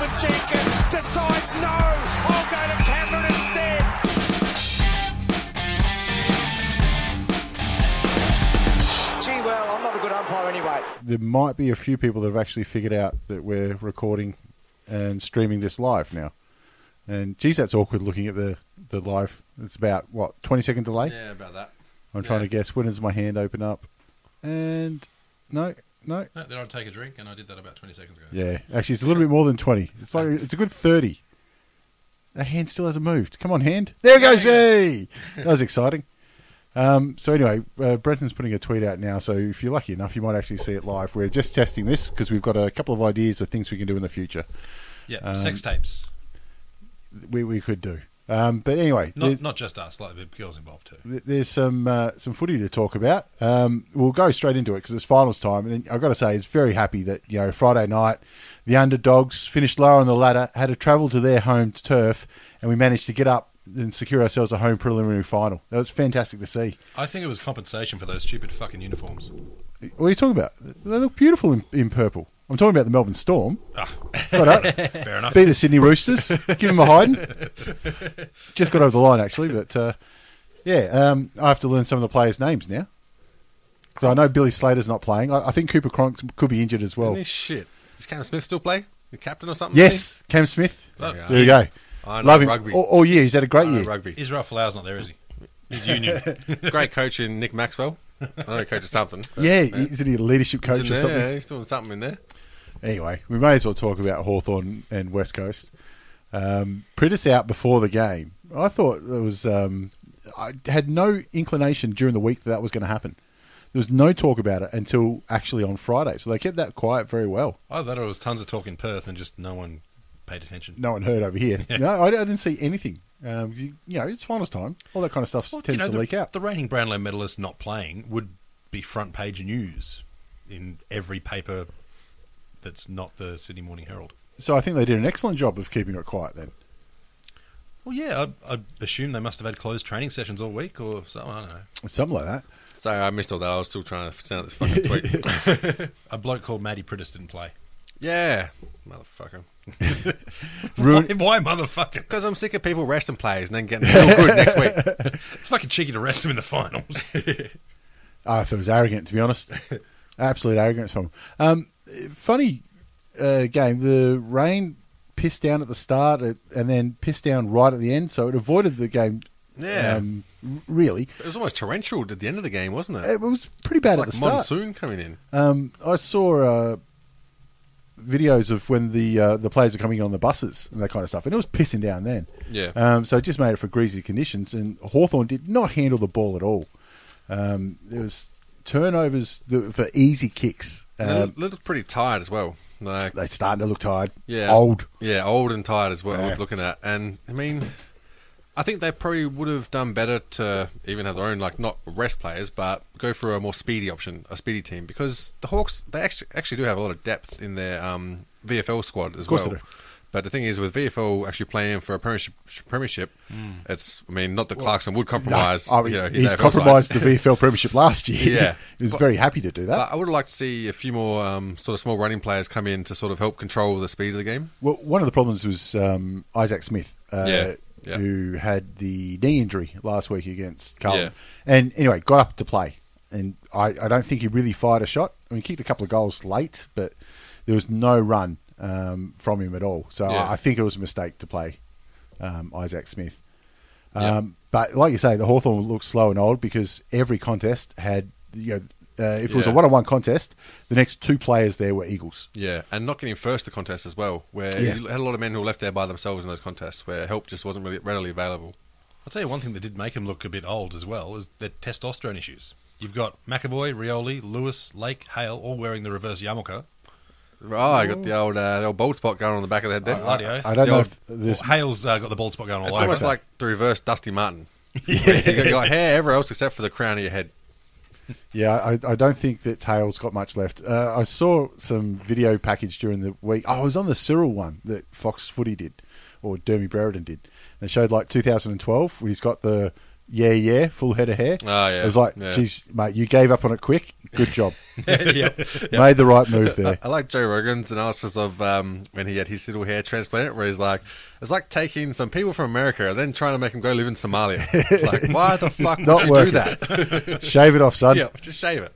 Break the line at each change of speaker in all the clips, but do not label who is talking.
with Jenkins. Decides no. I'll go to Cameron instead. Gee, well, I'm not a good umpire anyway.
There might be a few people that have actually figured out that we're recording and streaming this live now. And geez, that's awkward looking at the, the live. It's about, what, 20 second delay?
Yeah, about that.
I'm trying
yeah.
to guess when does my hand open up? And no, no.
No, then I'd take a drink, and I did that about 20 seconds ago.
Yeah, actually, it's a little bit more than 20. It's like, it's a good 30. The hand still hasn't moved. Come on, hand. There we go, Z! That was exciting. Um, so, anyway, uh, Brenton's putting a tweet out now. So, if you're lucky enough, you might actually see it live. We're just testing this because we've got a couple of ideas of things we can do in the future.
Yeah,
Um,
sex tapes.
We, we could do. Um, but anyway,
Not
there's,
not just us, like the girls involved too.
there's some uh, some footy to talk about. Um, we'll go straight into it because it's finals time, and I've got to say, it's very happy that you know Friday night, the underdogs finished lower on the ladder, had to travel to their home turf, and we managed to get up and secure ourselves a home preliminary final. That was fantastic to see.
I think it was compensation for those stupid fucking uniforms.
What are you talking about? They look beautiful in, in purple. I'm talking about the Melbourne Storm.
Ah,
Got up.
fair enough.
Be the Sydney Roosters. Give them a hiding. Just got over the line actually, but uh, yeah, um, I have to learn some of the players' names now because I know Billy Slater's not playing. I, I think Cooper Cronk could be injured as well.
Isn't he shit? Does Cam Smith still play? The captain or something? is
Yes, Cam Smith.
There we are.
There you go.
I know
Love him
rugby.
All, all year. He's had a
he?
great
I know
year.
rugby.
Israel Folau's not there, is he? He's union.
Great coach in Nick Maxwell. I know he coaches something. but
Yeah, isn't he a leadership
he's
coach
in
or
there,
something?
yeah, he's doing something in there.
Anyway, we may as well talk about Hawthorn and West Coast. Um, Prittis out before the game. I thought there was. Um, I had no inclination during the week that that was going to happen. There was no talk about it until actually on Friday. So they kept that quiet very well.
I thought it was tons of talk in Perth, and just no one paid attention.
No one heard over here. No, I, I didn't see anything. Um, you, you know, it's finals time. All that kind of stuff
Well, you
tends
know,
to
the,
leak out.
The reigning Brownlow medalist not playing would be front page news in every paper that's not the Sydney Morning Herald.
so I think they did an excellent job of keeping it quiet then.
Well, yeah, I, I assume they must have had closed training sessions all week or something. I don't know.
Something like that.
So I missed all that. I was still trying to send out this fucking tweet.
A bloke called Matty Prittis didn't play.
yeah. Motherfucker.
Ruin-
Why, why, motherfucker?
Because I'm sick of people resting players and then getting real good next week.
It's fucking cheeky to rest him in the finals.
I thought Ah, it was arrogant, to be honest. Absolute arrogance from him. Um, funny uh, game. The rain pissed down at the start it- and then pissed down right at the end, so it avoided the game.
Yeah.
Um, really,
It was almost torrential at the end of the game, wasn't it?
it was pretty bad
like
at the start.
monsoon coming in.
Um, I saw uh, videos of when the uh, the players are coming on the buses and that kind of stuff, and it was pissing down then.
Yeah.
Um, so it just made it for greasy conditions, and Hawthorn did not handle the ball at all. Um, there was turnovers th- for easy kicks.
And they
Um,
look- looked pretty tired as well. Like,
they starting to look tired.
yeah,
old.
Yeah, old and tired is what I
Yeah.
was looking at. And I mean, I think they probably would have done better to even have their own like not rest players, but go for a more speedy option, a speedy team, because the Hawks they actually actually do have a lot of depth in their um, VFL squad as
course
well.
they do.
But the thing is, with VFL actually playing for a premiership, premiership
Hmm.
it's I mean not that Clarkson would compromise.
I mean,
you know, his
Oh, he's
AFL side.
compromised the VFL Premiership last year.
Yeah.
he was very happy to do that.
But I would like to see a few more um, sort of small running players come in to sort of help control the speed of the game.
Well, one of the problems was um, Isaac Smith, uh,
Yeah, yeah.
who had the knee injury last week against Carlton,
Yeah.
and anyway got up to play, and I, I don't think he really fired a shot. I mean, he kicked a couple of goals late, but there was no run um, from him at all. So
Yeah.
I, I think it was a mistake to play um, Isaac Smith. Um, But like you say, the Hawthorn looked slow and old because every contest had you know. Uh, if it was a
Yeah.
one-on-one contest, the next two players there were Eagles.
Yeah, and not getting first to contests as well, where
Yeah.
you had a lot of men who were left there by themselves in those contests, where help just wasn't really readily available.
I'll tell you one thing that did make him look a bit old as well is the testosterone issues. You've got McAvoy, Rioli, Lewis, Lake, Hale all wearing the reverse yarmulke.
Oh, I got the old uh, the old bald spot going on the back of the head there.
Bloody oath.
I don't
The
know
old-
if this
Well, Hale's uh, got the bald spot going all
it's
over.
almost like the reverse Dusty Martin. you got, you got hair everywhere else except for the crown of your head.
Yeah, I, I don't think that Tails got much left. Uh, I saw some video package during the week. Oh, I was on the Cyril one that Fox Footy did, or Dermy Brereton did. And it showed like 2012, where he's got the yeah, yeah, full head of hair.
Ah, yeah,
It was like,
yeah.
geez, mate, you gave up on it quick. Good job.
yeah.
Made the right move there.
I, I like Joe Rogan's analysis of um, when he had his little hair transplant, where he's like, it's like taking some people from America and then trying to make them go live in Somalia. like, why the fuck
not
would you do
working.
that?
Shave it off, son.
yeah, just shave it.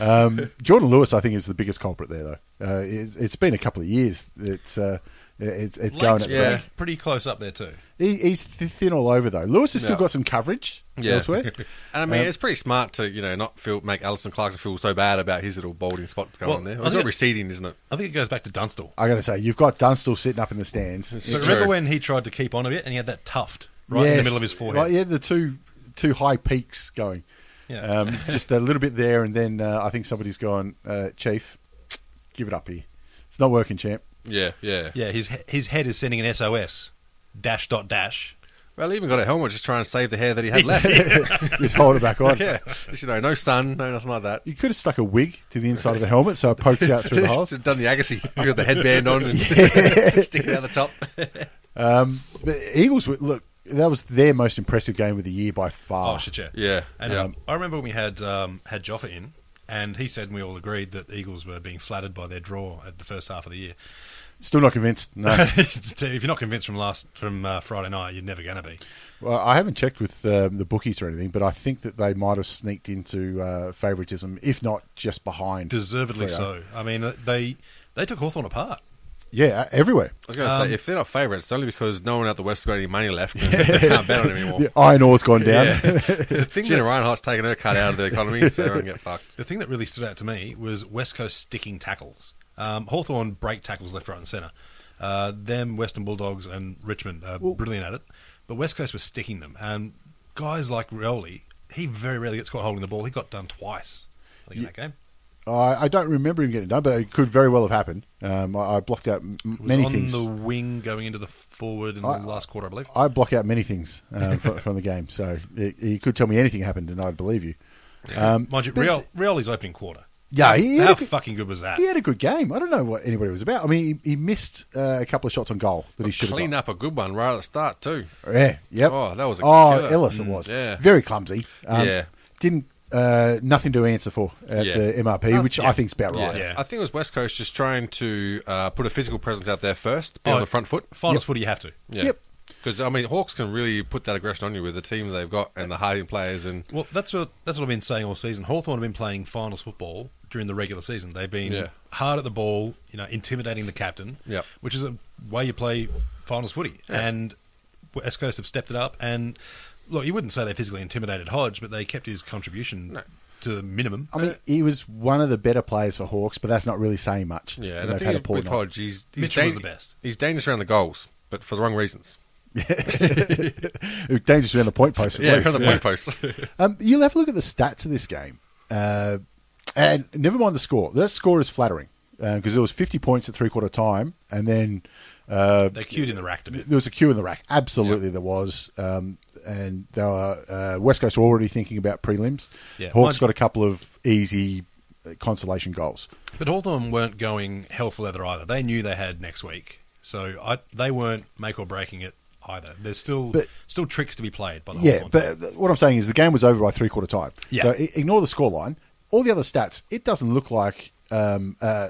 Um, Jordan Lewis, I think, is the biggest culprit there, though. Uh, it's, it's been a couple of years. It's uh, it's, it's going.
Lake's
At
pretty,
me.
Yeah.
pretty close up there too.
He, he's th- thin all over though. Lewis has still
Yeah.
got some coverage
Yeah.
elsewhere. Um,
And I mean, it's pretty smart to you know not feel make Alison Clarkson feel so bad about his little balding spot that's going
Well,
on there.
I
It's
think
all
it-
receding, isn't it?
I think it goes back to Dunstall.
I got to say, you've got Dunstall sitting up in the stands.
It's
But
true.
remember when he tried to keep on a bit and he had that tuft right in the
Yes.
middle of his forehead?
Like, yeah, the two two high peaks going.
Yeah.
Um, just a little bit there, and then uh, I think somebody's gone, uh, Chief, give it up here. It's not working, champ.
Yeah, yeah,
Yeah, his he- his head is sending an SOS. Dash dot dash.
Well, he even got a helmet just trying to save the hair that he had left.
Just hold it back on.
yeah, just, you know, no sun, no nothing like that.
You could have stuck a wig to the inside of the helmet so it pokes out through the holes.
Just done the Agassi, You got the headband on and stick it out the top.
Um, but Eagles, were- look, that was their most impressive game of the year by
Oh,
far.
shit, yeah.
Yeah,
And
yeah.
um, I remember when we had um, had Joffa in, and he said, and we all agreed that the Eagles were being flattered by their draw at the first half of the year.
Still not convinced. No.
if you're not convinced from last from uh, Friday night, you're never going to be.
Well, I haven't checked with um, the bookies or anything, but I think that they might have sneaked into uh, favouritism, if not just behind.
Deservedly
Freo.
so. I mean, uh, they they took Hawthorn apart.
Yeah, uh, everywhere.
I was going to
Um,
say, if they're not favourites, it's only because no one out the West has got any money left. And they can't bet on it anymore.
The iron ore's gone down.
The thing,
Gina
that,
Reinhart's taking her cut out of the economy, so everyone get fucked.
the thing that really stood out to me was West Coast sticking tackles. Um, Hawthorn break tackles left, right, and centre. Uh, them, Western Bulldogs, and Richmond are brilliant at it. But West Coast was sticking them. And guys like Rioli, he very rarely gets caught holding the ball. He got done twice I think, in that game.
I, I don't remember him getting done, but it could very well have happened. Um, I, I blocked out m-
It was
many
on
things.
the wing going into the forward in
I-
the last quarter, I believe.
I block out many things um, from, from the game, so it, you could tell me anything happened, and I'd believe you. Um,
Mind you,
but
Riol,
it's-
Rioli's opening quarter.
yeah, he, he had
How
a good,
fucking good was that?
he had a good game. I don't know what anybody was about. I mean, he, he missed uh, a couple of shots on goal that he should have.
Clean up a good one right at the start, too.
Yeah. Yep.
Oh, that was a
oh
killer. Mm,
Ellis. It was.
yeah.
Very clumsy. Um,
Yeah.
Didn't uh, nothing to answer for at
Yeah.
the MRP, which I think's about right.
Yeah.
I think it was West Coast just trying to uh, put a physical presence out there first, be on
Oh,
the front foot.
Finals footy, you have to.
Yeah.
Yep.
Because I mean, Hawks can really put that aggression on you with the team they've got and the hardy players, and
Well, that's what that's what I've been saying all season. Hawthorn have been playing finals football during the regular season. They've been
Yeah.
hard at the ball, you know, intimidating the captain,
Yep.
which is a way you play finals footy. And West Coast have stepped it up. And look, you wouldn't say they physically intimidated Hodge, but they kept his contribution
No.
to the minimum.
I mean, he was one of the better players for Hawks, but that's not really saying much.
yeah,
when
and I
they've had a
think
poor
with
night.
Hodge, he's, he's
Mitchell was the best.
He's dangerous around the goals, but for the wrong reasons.
It was dangerous around the point post. At
Yeah,
least.
around the point post.
Um, you'll have a look at the stats of this game, uh, and never mind the score. That score is flattering because it was fifty points at three quarter time, and then uh,
they queued in the rack to me.
There was a queue in the rack. Absolutely, there was. Um, and they were, uh, West Coast were already thinking about prelims.
Yeah.
Hawks
Mind-
got a couple of easy uh, consolation goals.
But Hawthorn weren't going hell for leather either. They knew they had next week, so I, they weren't make or breaking it either. There's still
But-
still tricks to be played by the
Yeah,
Hawthorn team.
but th- what I'm saying is the game was over by three quarter time.
Yeah.
So i- ignore the scoreline. All the other stats, it doesn't look like um, uh,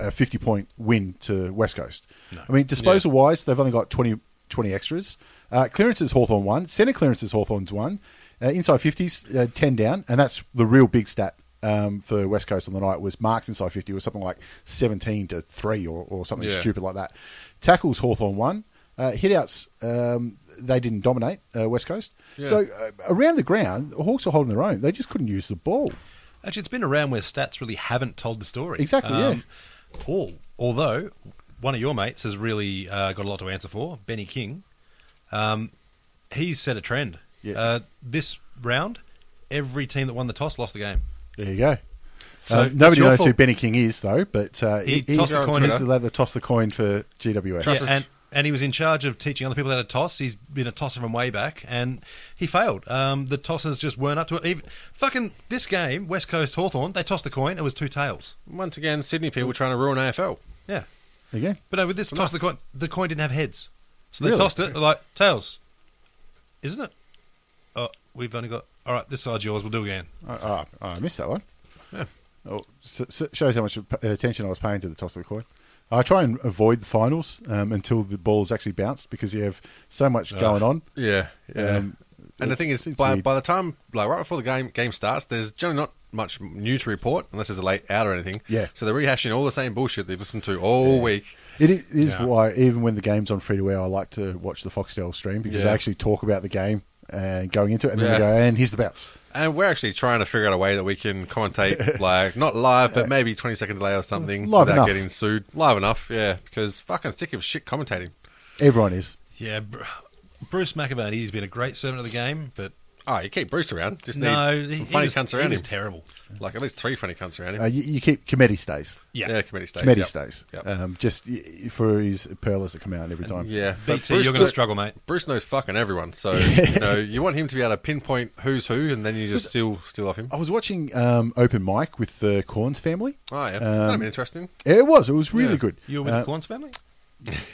a 50 point win to West Coast.
No.
I mean, disposal wise, they've only got 20, 20 extras. Uh, clearances, Hawthorn won. Centre clearances, Hawthorn's one. Uh, inside 50s, uh, 10 down. And that's the real big stat. Um, for West Coast on the night was marks inside 50 was something like 17 to 3 or, or something
Yeah.
stupid like that. Tackles Hawthorn won. Uh, hitouts um, they didn't dominate uh, West Coast.
Yeah.
So uh, around the ground, the Hawks were holding their own. They just couldn't use the ball.
Actually, it's been around where stats really haven't told the story.
Exactly,
yeah. All, although one of your mates has really uh, got a lot to answer for, Benny King. Um, he's set a trend.
Yeah.
Uh, this round, every team that won the toss lost the game.
There you go.
So,
Uh, nobody
it's your
knows who
fault.
Benny King is, though, but uh,
He
he, he's,
tossed
the coin.
he's the lad that tossed the coin for GWS.
Trust
Yeah,
us.
and, and he was in charge of teaching other people how to toss. He's been a tosser from way back, and he failed. Um, the tossers just weren't up to it. Even, fucking this game, West Coast Hawthorn, they tossed the coin. It was two tails.
Once again, Sydney people trying to ruin AFL.
Yeah.
Again.
But no, with this toss of the coin, the coin didn't have heads, so they
Really?
tossed it like tails, isn't it? Oh, we've only got all right. This side's yours. We'll do again.
Oh, oh, oh, I missed that one.
Yeah.
Oh, so, so shows how much p- attention I was paying to the toss of the coin. I try and avoid the finals um, until the ball is actually bounced because you have so much going on.
Yeah, yeah.
Um,
and the
it
thing is,
seems
by,
weird.
by the time, like right before the game game starts, there's generally not much new to report unless there's a late out or anything.
Yeah.
So they're rehashing all the same bullshit they've listened to all week.
It i- is
Yeah.
why even when the game's on free to air, I like to watch the Foxtel stream because
Yeah.
they actually talk about the game and going into it, and then they
Yeah.
go, "And here's the bounce."
And we're actually trying to figure out a way that we can commentate, like not live, but maybe twenty second delay or something,
Live
without
enough.
getting sued. Live enough, yeah. Because fucking sick of shit commentating.
Everyone is.
Yeah, Br- Bruce McAvaney has been a great servant of the game, but
Oh, you keep Bruce around. Just
no,
need
he,
some
he
funny
was,
cunts
he
around him.
was terrible.
like at least three funny cunts around him.
Uh, you, you keep committee stays,
Yeah,
yeah, committee stays.
committee
yep.
stays,
Yep.
um, just y- y- for his pearlers that come out every time.
yeah. But
BT,
Bruce-
you're going to struggle, mate.
Bruce knows fucking everyone, so you know you want him to be able to pinpoint who's who, and then you just steal steal off him.
I was watching um, open mic with the Corns family.
Oh yeah,
Um,
that'd be interesting.
It was. It was really
Yeah.
good.
You were with
Uh,
the Corns family.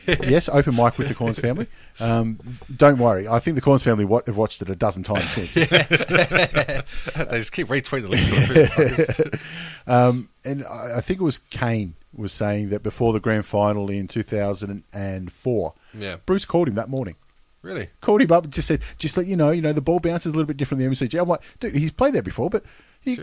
yes, open mic with the Corns family. Um, don't worry. I think the Corns family wa- have watched it a dozen times since.
they just keep retweeting the link to it. too, fuckers.
and I I think it was Kane was saying that before the grand final in 2004,
Yeah.
Bruce called him that morning.
really?
Called him up and just said, just let you know, you know, the ball bounces a little bit different than the MCG. I'm like, dude, he's played that before, but he,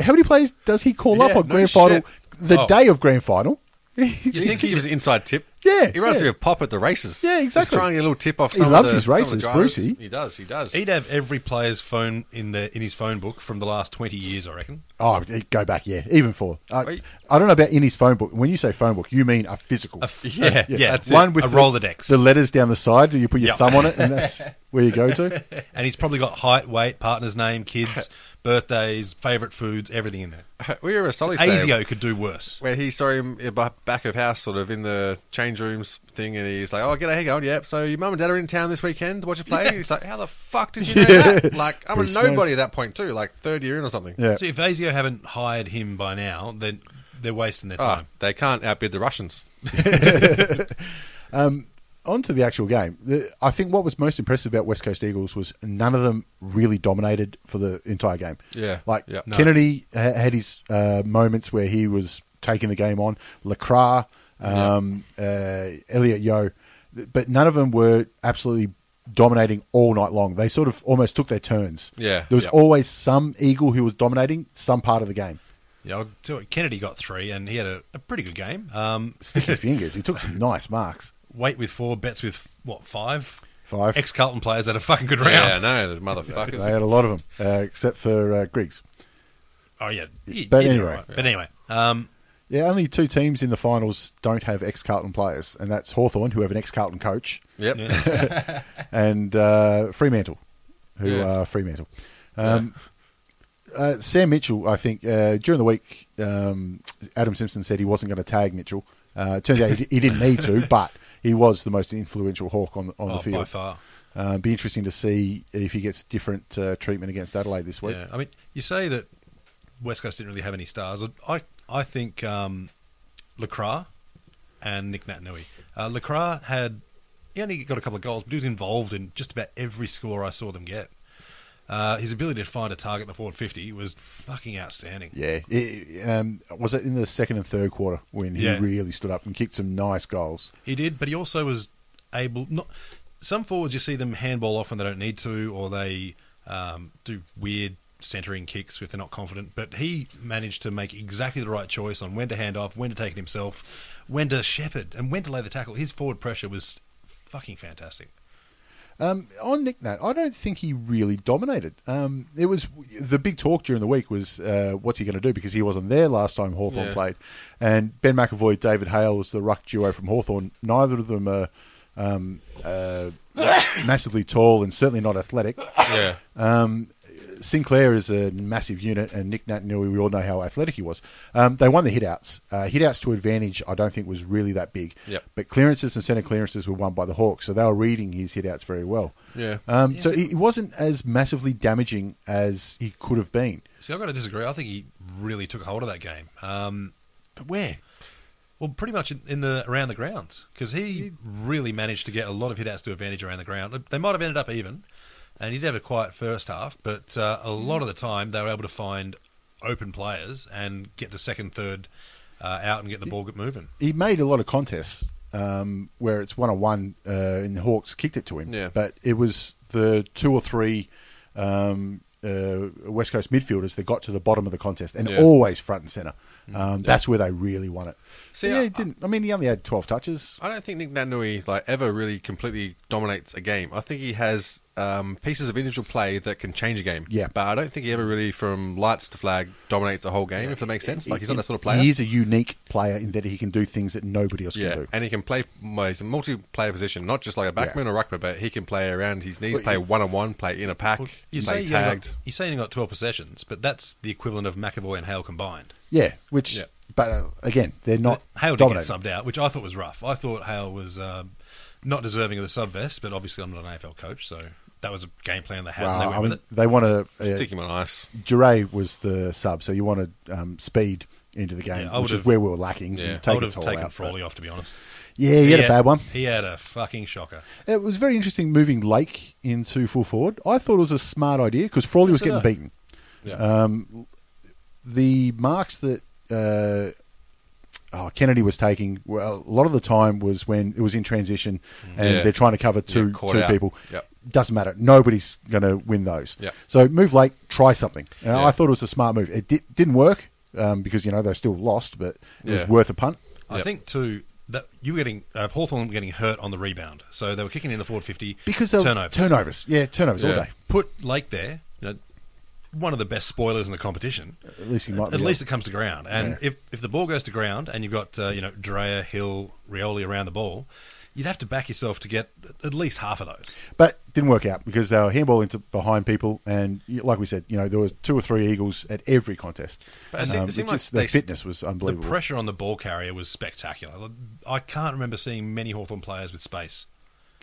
how many players does he call up
Yeah,
on
no
grand final
shit.
the
Oh.
day of grand final?
You think he gives an inside tip?
Yeah,
he runs
yeah.
through a pop at the races.
Yeah, exactly.
He's trying to get a little tip off.
He
Some of
loves
the-
his
some of the
races,
drivers.
Brucey.
He does. He does.
He'd have every player's phone in their in his phone book from the last twenty years, I reckon.
Oh, go back, yeah, even four. I,
Wait.
I don't know about in his phone book. When you say phone book, you mean a physical.
yeah, yeah,
that's
one
it.
with
A
a Rolodex.
the letters down the side, you put your
Yep.
thumb on it, and that's where you go to.
and he's probably got height, weight, partner's name, kids, birthdays, favourite foods, everything in there.
we were at a solid
ASIO could do worse.
where he saw him in the back of house, sort of in the change rooms thing, and he's like, "Oh, get a hang on, yep." So your mum and dad are in town this weekend to watch a play. He's like, "How the fuck did you know that?" Like, I'm
Bruce
a nobody
knows.
at that point too, like third year in or something.
Yeah.
So if ASIO haven't hired him by now, then they're wasting their
Ah,
time.
they can't outbid the Russians.
On to the actual game. The, I think what was most impressive about West Coast Eagles was none of them really dominated for the entire game.
Yeah.
Like
Yeah. No.
Kennedy ha- had his uh, moments where he was taking the game on. Lacra, um, uh, Elliot Yo, th- but none of them were absolutely dominating all night long. They sort of almost took their turns.
Yeah.
There was
Yeah.
always some Eagle who was dominating some part of the game.
Yeah, I'll tell you what, Kennedy got three, and he had a, a pretty good game. Um,
Sticky fingers. He took some nice marks.
Wait with four, bets with what five?
Five.
Ex Carlton players had a fucking good round.
Yeah, no, those
They
motherfuckers.
had a lot of them, uh, except for uh, Griggs.
Oh yeah, You-
But
you did
anyway.
alright. but anyway, um,
Yeah, only two teams in the finals don't have ex Carlton players, and that's Hawthorn, who have an ex Carlton coach,
Yep.
and uh, Fremantle, who
Yeah.
are Fremantle. Um, uh, Sam Mitchell, I think, uh, during the week, um, Adam Simpson said he wasn't going to tag Mitchell. Uh, it turns out he, he didn't need to, but he was the most influential Hawk on, on
oh,
the field.
by far.
Uh, be interesting to see if he gets different uh, treatment against Adelaide this week.
Yeah, I mean, you say that West Coast didn't really have any stars. I I think um, Lacra and Nick Natanui. Uh, Lacra had he only got a couple of goals, but he was involved in just about every score I saw them get. Uh, his ability to find a target in the forward fifty was fucking outstanding.
Yeah, it, um, was it in the second and third quarter when he
Yeah.
really stood up and kicked some nice goals?
He did, but he also was able. Not some forwards, you see them handball off when they don't need to, or they um, do weird centering kicks if they're not confident. But he managed to make exactly the right choice on when to hand off, when to take it himself, when to shepherd, and when to lay the tackle. His forward pressure was fucking fantastic.
Um, on Nick Nat, I don't think he really dominated. Um, it was the big talk during the week was uh, what's he going to do because he wasn't there last time Hawthorn
Yeah.
played, and Ben McAvoy, David Hale was the ruck duo from Hawthorn. Neither of them are um, uh, massively tall and certainly not athletic.
yeah.
Sinclair is a massive unit, and Nick Natanui, we all know how athletic he was. Um, they won the hitouts. Uh, hitouts to advantage, I don't think was really that big.
Yep.
But clearances and centre clearances were won by the Hawks, so they were reading his hitouts very well.
Yeah.
Um,
Yes,
so
it-
it, it wasn't as massively damaging as he could have been.
See, I've got to disagree. I think he really took hold of that game. Um, but where? Well, pretty much in, in the around the grounds because he really managed to get a lot of hitouts to advantage around the ground. They might have ended up even, and he did have a quiet first half, but uh, a lot of the time they were able to find open players and get the second, third uh, out and get the ball get moving.
he made a lot of contests um, where it's one on one, and the Hawks kicked it to him.
Yeah.
But it was the two or three um, uh, West Coast midfielders that got to the bottom of the contest, and
Yeah. Mm.
always front and centre. Um, That's where they really won it.
See,
yeah,
I-
he didn't. I mean, he only had twelve touches.
I don't think Nick Nanui like ever really completely dominates a game. I think he has um, pieces of individual play that can change a game.
Yeah.
but I don't think he ever really, from lights to flag, dominates the whole game. If that makes sense, like he's not that sort of player.
He is a unique player in that he can do things that nobody else
yeah,
can do.
and he can play. Well, he's a multi-player position, not just like a backman or ruckman, but he can play around his knees, play one-on-one, play in a pack,
You say,
play
you, only
tagged.
got, you say you only got 12 possessions, but that's the equivalent of McAvoy and Hale combined.
Yeah, which,
Yeah.
but uh, again, they're not
Hale did get
dominating.
subbed out, which I thought was rough. I thought Hale was um, not deserving of the sub vest, but obviously I'm not an AFL coach, so that was a game plan they had. and
Well,
they went
I
with
mean,
it.
they want to
Stick him on ice.
Duray was the sub, so you wanted um, speed into the game,
Yeah, I
which is
would've-
where we were lacking.
Yeah.
You
I
take
would
a
have
toll
taken
out,
Frawley off, to be honest.
but- Yeah, he had a bad one.
He had a fucking shocker.
It was very interesting moving Lake into full forward. I thought it was a smart idea because Frawley was
So
getting
did I.
beaten.
Yeah.
Um, The marks that uh, oh, Kennedy was taking, well, a lot of the time was when it was in transition and
Mm. Yeah.
they're trying to cover two
Yeah, caught
two
out.
people.
Yep.
Doesn't matter. Nobody's going to win those.
Yep.
So move Lake, try something. And
Yeah.
I thought it was a smart move. It di- didn't work um, because you know they still lost, but it
Yeah.
was worth a punt.
I
Yep.
think too that you were getting uh, Hawthorne were getting hurt on the rebound, so they were kicking in the forward fifty
Because they'll
turnovers.
turnovers. Yeah, turnovers all
Yeah.
day.
Put Lake there, you know, one of the best spoilers in the competition.
At least he might be
At least
able-
it comes to ground, and
Yeah.
if if the ball goes to ground, and you've got uh, you know Drea, Hill, Rioli around the ball, you'd have to back yourself to get at least half of those.
But didn't work out because they were handballing to behind people, and you- like we said, you know there was two or three eagles at every contest. um,
But it se- it
it
seemed
just,
like
their
they s-
fitness was
The
unbelievable.
pressure on the ball carrier was spectacular. I can't remember seeing many Hawthorn players with space.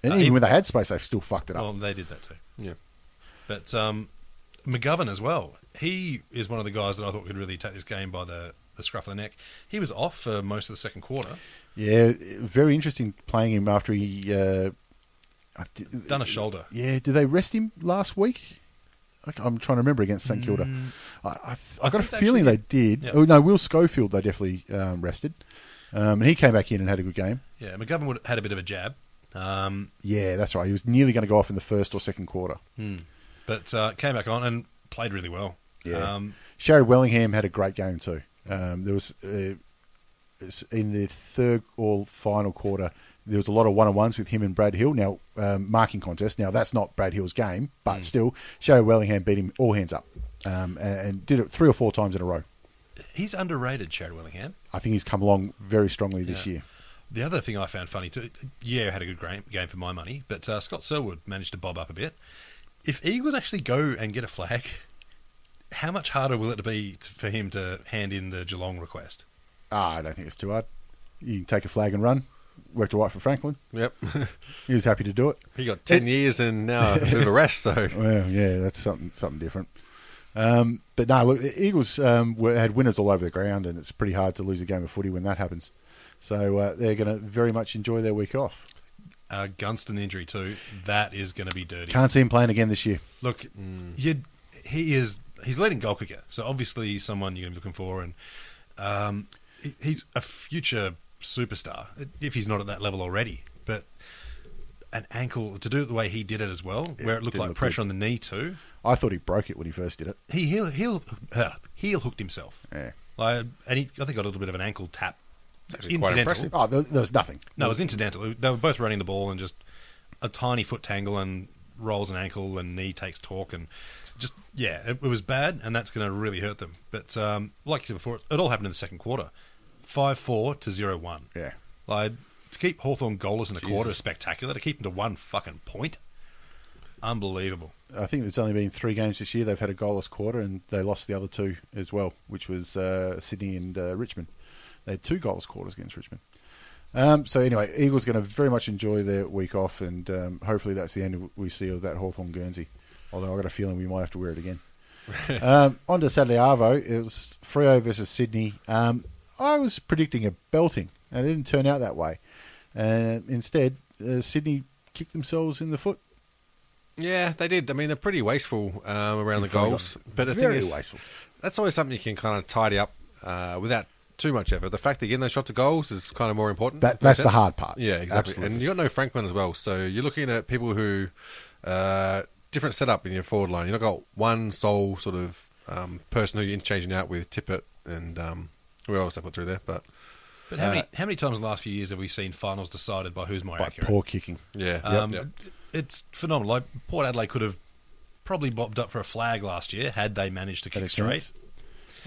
and
uh,
even
it-
when they had space, they still fucked it up.
Well, they did that too.
yeah.
But um, McGovern as well. He is one of the guys that I thought could really take this game by the, the scruff of the neck. He was off for most of the second quarter.
yeah, very interesting playing him after he uh, I did-
Done a shoulder.
Yeah, did they rest him last week? I ca- I'm trying to remember against St Kilda. I, I, th- I,
I
got a
think they
feeling they
actually
did.
Yeah.
Oh no, Will Schofield they definitely um, rested, um, and he came back in and had a good game.
Yeah, McGovern would, had a bit of a jab. Um,
Yeah, that's right. He was nearly going to go off in the first or second quarter.
but uh, came back on and played really well.
Yeah.
Um,
Sherry Wellingham had a great game too. Um, there was uh, s- in the third or final quarter, there was a lot of one on ones with him and Brad Hill. Now um, marking contest. Now that's not Brad Hill's game, but still, Sherry Wellingham beat him all hands up um, and, and did it three or four times in a row.
he's underrated, Sherrod Willingham.
I think he's come along very strongly this
Yeah.
year.
The other thing I found funny too, yeah, had a good gra- game for my money, but uh, Scott Selwood managed to bob up a bit. If Eagles actually go and get a flag, how much harder will it be to, for him to hand in the Geelong request?
Ah, I don't think it's too hard. You can take a flag and run. Worked all right for Franklin.
Yep.
He was happy to do it.
he got ten years and now a bit of a rest. So
Well, yeah, that's something something different. Um, but no, look, the Eagles um, were, had winners all over the ground, and it's pretty hard to lose a game of footy when that happens. So uh, they're going to very much enjoy their week off.
uh, Gunston injury too. That is going to be dirty.
Can't see him playing again this year.
Look,
Mm.
you he is he's leading goal kicker, so obviously he's someone you're going to be looking for, and um, he- he's a future superstar if he's not at that level already. But an ankle to do it the way he did it as well,
Yeah,
where it looked
didn't
like
look
pressure
good.
on the knee too.
I thought he broke it when he first did it.
He heel heel uh, heel hooked himself.
Yeah.
Like, and he I think got a little bit of an ankle tap.
actually quite
Incidental.
impressive.
Oh, there, there was nothing.
No, it was incidental. They were both running the ball and just a tiny foot tangle and rolls an ankle and knee takes torque and just yeah, it, it was bad and that's going to really hurt them. But um, like you said before, it, it all happened in the second quarter, five four to zero one.
Yeah.
like to keep Hawthorn goalless in a quarter
Jesus.
is spectacular. To keep them to one fucking point, unbelievable.
I think there's only been three games this year. They've had a goalless quarter, and they lost the other two as well, which was uh, Sydney and uh, Richmond. They had two goalless quarters against Richmond. Um, so anyway, Eagles going to very much enjoy their week off, and um, hopefully that's the end we see of that Hawthorn Guernsey. Although I've got a feeling we might have to wear it again. um, on to Saturday Arvo. It was Frio versus Sydney. Um, I was predicting a belting, and it didn't turn out uh, that way. And instead, uh, Sydney kicked themselves in the foot
Yeah, they did. I mean, they're pretty wasteful um, around the goals. But the
Very
thing is,
wasteful.
that's always something you can kind of tidy up uh, without too much effort. The fact that you're getting those shots to goals is kind of more important.
That- that's
Makes
the
sense?
hard part.
Yeah, exactly.
Absolutely.
And you got no Franklin as well, so you're looking at people who uh, different setup in your forward line. You've not got one sole sort of um, person who you're interchanging out with Tippett and um, who else I put through there. But
But how many how many times in the last few years have we seen finals decided by who's more
Uh, By
accurate?
poor kicking.
yeah,
Um,
Yep, yep.
It's phenomenal. Like Port Adelaide could have probably bobbed up for a flag last year had they managed to
Had a
kick straight.
chance.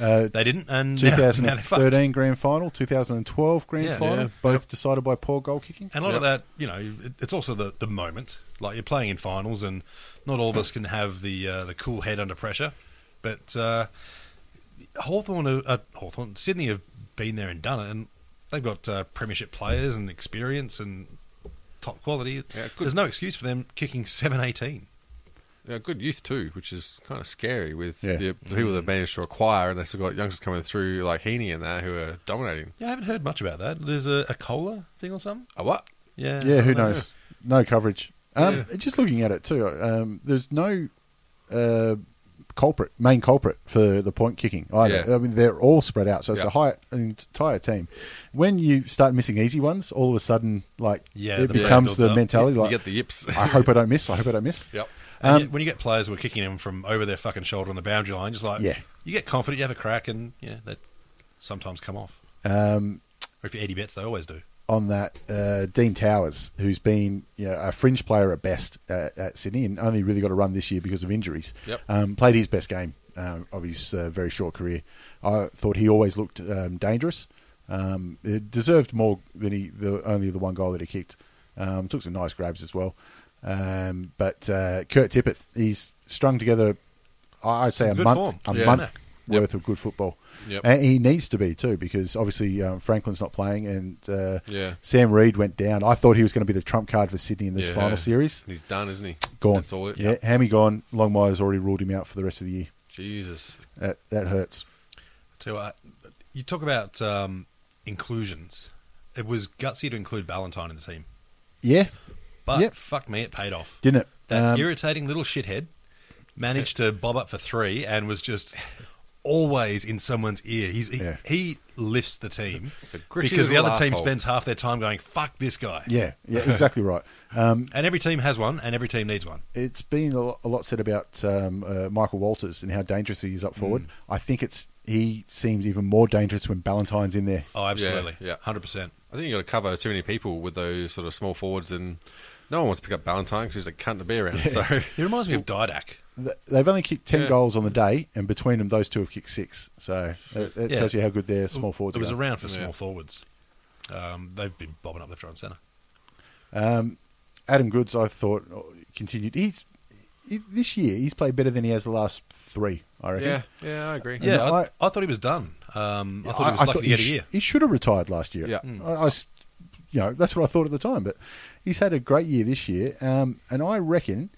Uh,
They didn't, and now- now they're fucked.
2013 grand final, 2012 grand
Yeah. Uh,
final,
Yeah.
both decided by poor goal kicking.
And a lot of
Yep.
that, you know, it, it's also the, the moment. Like you're playing in finals, and not all of us can have the uh, the cool head under pressure. But uh, Hawthorne, are- uh, Hawthorne, Sydney have been there and done it, and they've got uh, premiership players and experience and top quality.
Yeah, good-
There's no excuse for them kicking seven eighteen.
Yeah, good youth too, which is kind of scary with
Yeah.
the, the people they've managed to acquire, and they've still got youngsters coming through like Heaney and that who are dominating.
Yeah, I haven't heard much about that. There's a, a cola thing or something.
A what?
Yeah,
Yeah, who
I don't know.
knows? No coverage. Um,
Yeah.
Just looking at it too, um, there's no uh, culprit, main culprit for the point kicking either.
Yeah.
I mean, they're all spread out, so it's
Yeah.
a high an entire team. When you start missing easy ones, all of a sudden, like
Yeah,
it
the
becomes
build
the
up.
mentality.
You
Like,
get the yips.
I hope I don't miss. I hope I don't miss.
yep.
And
Um,
yet when you get players who are kicking them from over their fucking shoulder on the boundary line, just like
Yeah.
you get confident, you have a crack, and yeah, that sometimes come off.
Um,
Or if you're Eddie Betts, they always do.
on that uh, Dean Towers, who's been you know, a fringe player at best uh, at Sydney and only really got a run this year because of injuries.
Yep.
Um, played his best game um, of his uh, very short career. I thought he always looked um, dangerous. Um, it deserved more than he the only the one goal that he kicked. Um, took some nice grabs as well. Um, but uh, Kurt Tippett, he's strung together. I- I'd say a
Good
month,
form.
a
Yeah.
month
Yep.
worth of good football.
Yep.
And he needs to be too, because obviously um, Franklin's not playing, and uh,
Yeah.
Sam Reed went down. I thought he was going to be the trump card for Sydney in this
Yeah.
final series.
He's done, isn't he?
Gone.
That's all it.
Yeah, Hammy gone. Longmire's already ruled him out for the rest of the year.
Jesus.
That, that hurts.
So uh, you talk about um, inclusions. It was gutsy to include Ballantyne in the team,
Yeah,
but
Yep.
fuck me, it paid off.
didn't it?
that
Um,
irritating little shithead managed to bob up for three and was just always in someone's ear. He's he,
Yeah.
he lifts the team
It's a gritty
because the
little
other team
asshole.
spends half their time going "fuck this guy."
yeah, yeah, exactly right. Um,
and every team has one, and every team needs one.
it's been a lot, a lot said about um, uh, Michael Walters and how dangerous he is
Mm.
up forward. I think it's he seems even more dangerous when Ballantyne's in there.
Oh, absolutely,
yeah.
hundred percent.
I think you got to cover too many people with those sort of small forwards, and no one wants to pick up Ballantyne because he's a cunt to be around. So
He reminds me of Didac.
Th- They've only kicked ten
Yeah.
goals on the day, and between them, those two have kicked six. So that, that
Yeah.
tells you how good their small forwards.
It was
are.
a round for small
Yeah.
forwards. Um, they've been bobbing up left, right, and centre.
Adam Goods, I thought, uh, continued. He's he, this year he's played better than he has the last three. I reckon.
yeah, yeah, I agree.
Yeah, I,
I-
I thought he was done. Um, I thought he was lucky to
he,
get a
sh-
year.
he should have retired last year.
Yeah.
I, I s- you know, that's what I thought at the time. But he's had a great year this year, um, and I reckon.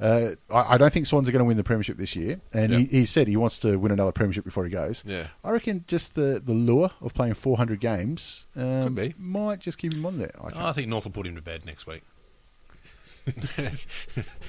Uh, I, I don't think Swans are going to win the premiership this year, and he,
Yeah.
he said he wants to win another premiership before he goes.
Yeah.
I reckon just the, the lure of playing 400 games um,
Could be. Uh,
might just keep him on there. I think.
Oh, I think North will put him to bed next week.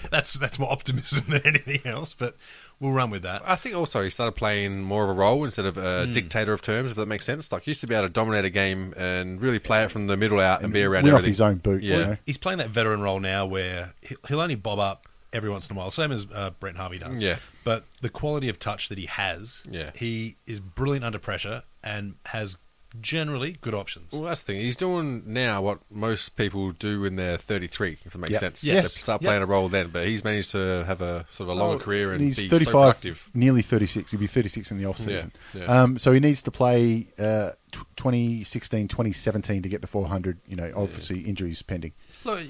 that's that's more optimism than anything else, but we'll run with that.
I think also he started playing more of a role instead of a
Hmm.
dictator of terms, if that makes sense. Like, he used to be able to dominate a game and really play it from the middle out and, be around
Win off
everything.
his own boot. you
Yeah.
know.
He's playing that veteran role now, where he- he'll only bob up every once in a while, same as uh, Brent Harvey does.
Yeah.
But the quality of touch that he has,
Yeah.
he is brilliant under pressure and has generally good options.
Well, that's the thing. He's doing now what most people do when they're 33, if it makes
Yep.
sense.
Yes.
They start
Yep.
playing a role then, but he's managed to have a sort of a longer
Oh,
career and,
he's
be
35,
so productive.
nearly 36. He'll be 36 in the off season.
Yeah, yeah.
Um, so he needs to play uh, tw 2016, 2017 to get to 400. You know, obviously injuries pending.
Look,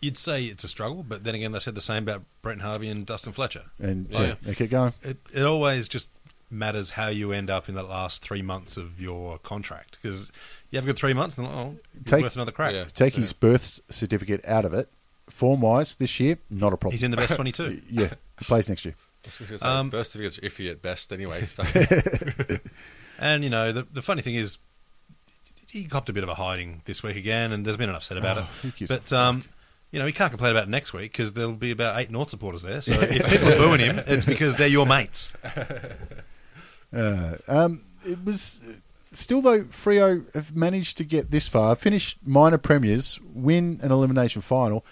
you'd say it's a struggle, but then again, they said the same about Brent Harvey and Dustin Fletcher.
And
Yeah.
yeah, they keep going.
It, it always just matters how you end up in the last three months of your contract because you have a good three months, and oh, you're
Take-
worth another crack.
Yeah.
Take his birth certificate out of it. Form wise, this year, not a problem.
He's in the best twenty-two.
yeah, he plays next year.
I was gonna say,
Um,
birth certificates are iffy at best anyway. So.
And you know, the the funny thing is, he copped a bit of a hiding this week again, and there's been an upset about
who
it.
gives a
But um, you know, he can't complain about next week because there'll be about eight North supporters there. So if people are booing him, it's because they're your mates.
Uh, um, it was still though Frio have managed to get this far, finish minor premiers, win an elimination final,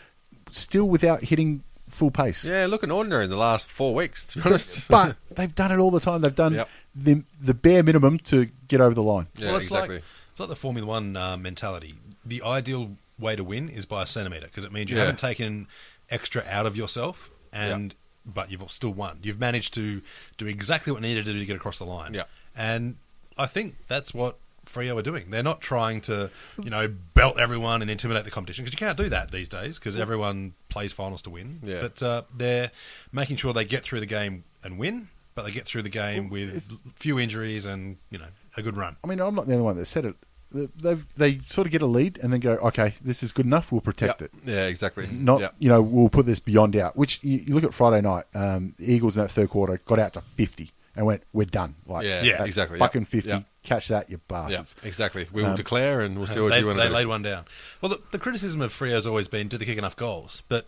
still without hitting full pace.
Yeah, looking ordinary in the last four weeks, to be honest.
But they've done it all the time. They've done
Yep.
the the bare minimum to get over the line.
yeah,
Well, it's
exactly.
Like, it's like the Formula One uh, mentality. The ideal way to win is by a centimetre because it means you
Yeah.
haven't taken extra out of yourself, and but you've still won. You've managed to do exactly what needed to do to get across the line.
Yeah.
and I think that's what Frio are doing. They're not trying to you know belt everyone and intimidate the competition because you can't do that these days because everyone plays finals to win.
Yeah.
but uh, they're making sure they get through the game and win. But they get through the game with few injuries and you know a good run.
I mean, I'm not the only one that said it. They they sort of get a lead and then go, okay, this is good enough. We'll protect
Yep.
it.
Yeah, exactly.
Not
Yep.
you know we'll put this beyond out. Which you, you look at Friday night, um, the Eagles in that third quarter got out to 50 and went, we're done. Like
Yeah,
Yeah.
that's
exactly, yep,
fucking 50.
yep.
Catch that, you
Yeah,
bastards.
exactly. We will
Um,
declare and we'll see what
they,
you want
they
to do.
laid one down. Well, the, the criticism of Frio's always been, do they kick enough goals? But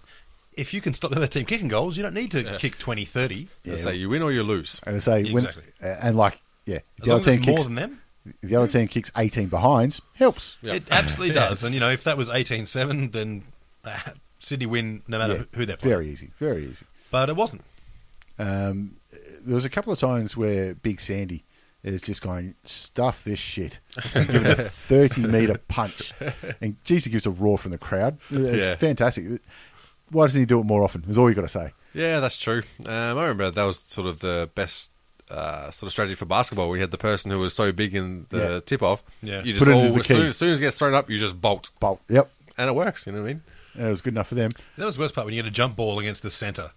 if you can stop the other team kicking goals, you don't need to kick 20, 30.
They say you win or you lose.
And they say
Exactly.
when uh, and like yeah,
As long as it's more
kicks
than them,
the other team kicks 18 behinds helps.
Yeah.
it absolutely does. And, you know, if that was 18-7, then uh, Sydney win no matter
Yeah,
who- who they're playing.
very easy, very easy.
But it wasn't.
Um, there was a couple of times where Big Sandy is just going stuff this shit, and giving a thirty meter punch, and geez, he gives a roar from the crowd. It's
Yeah.
fantastic. Why doesn't he do it more often? Is all you got to say.
Yeah, that's true. Um, I remember that was sort of the best uh, sort of strategy for basketball. We had the person who was so big in the
Yeah.
tip off.
Yeah.
Put
You just
it
all,
into the
as, soon,
key.
as soon as it gets thrown up, you just bolt.
Bolt. Yep,
And it works, you know what I mean?
and it was good enough for them.
That was the worst part when you get a jump ball against the centre.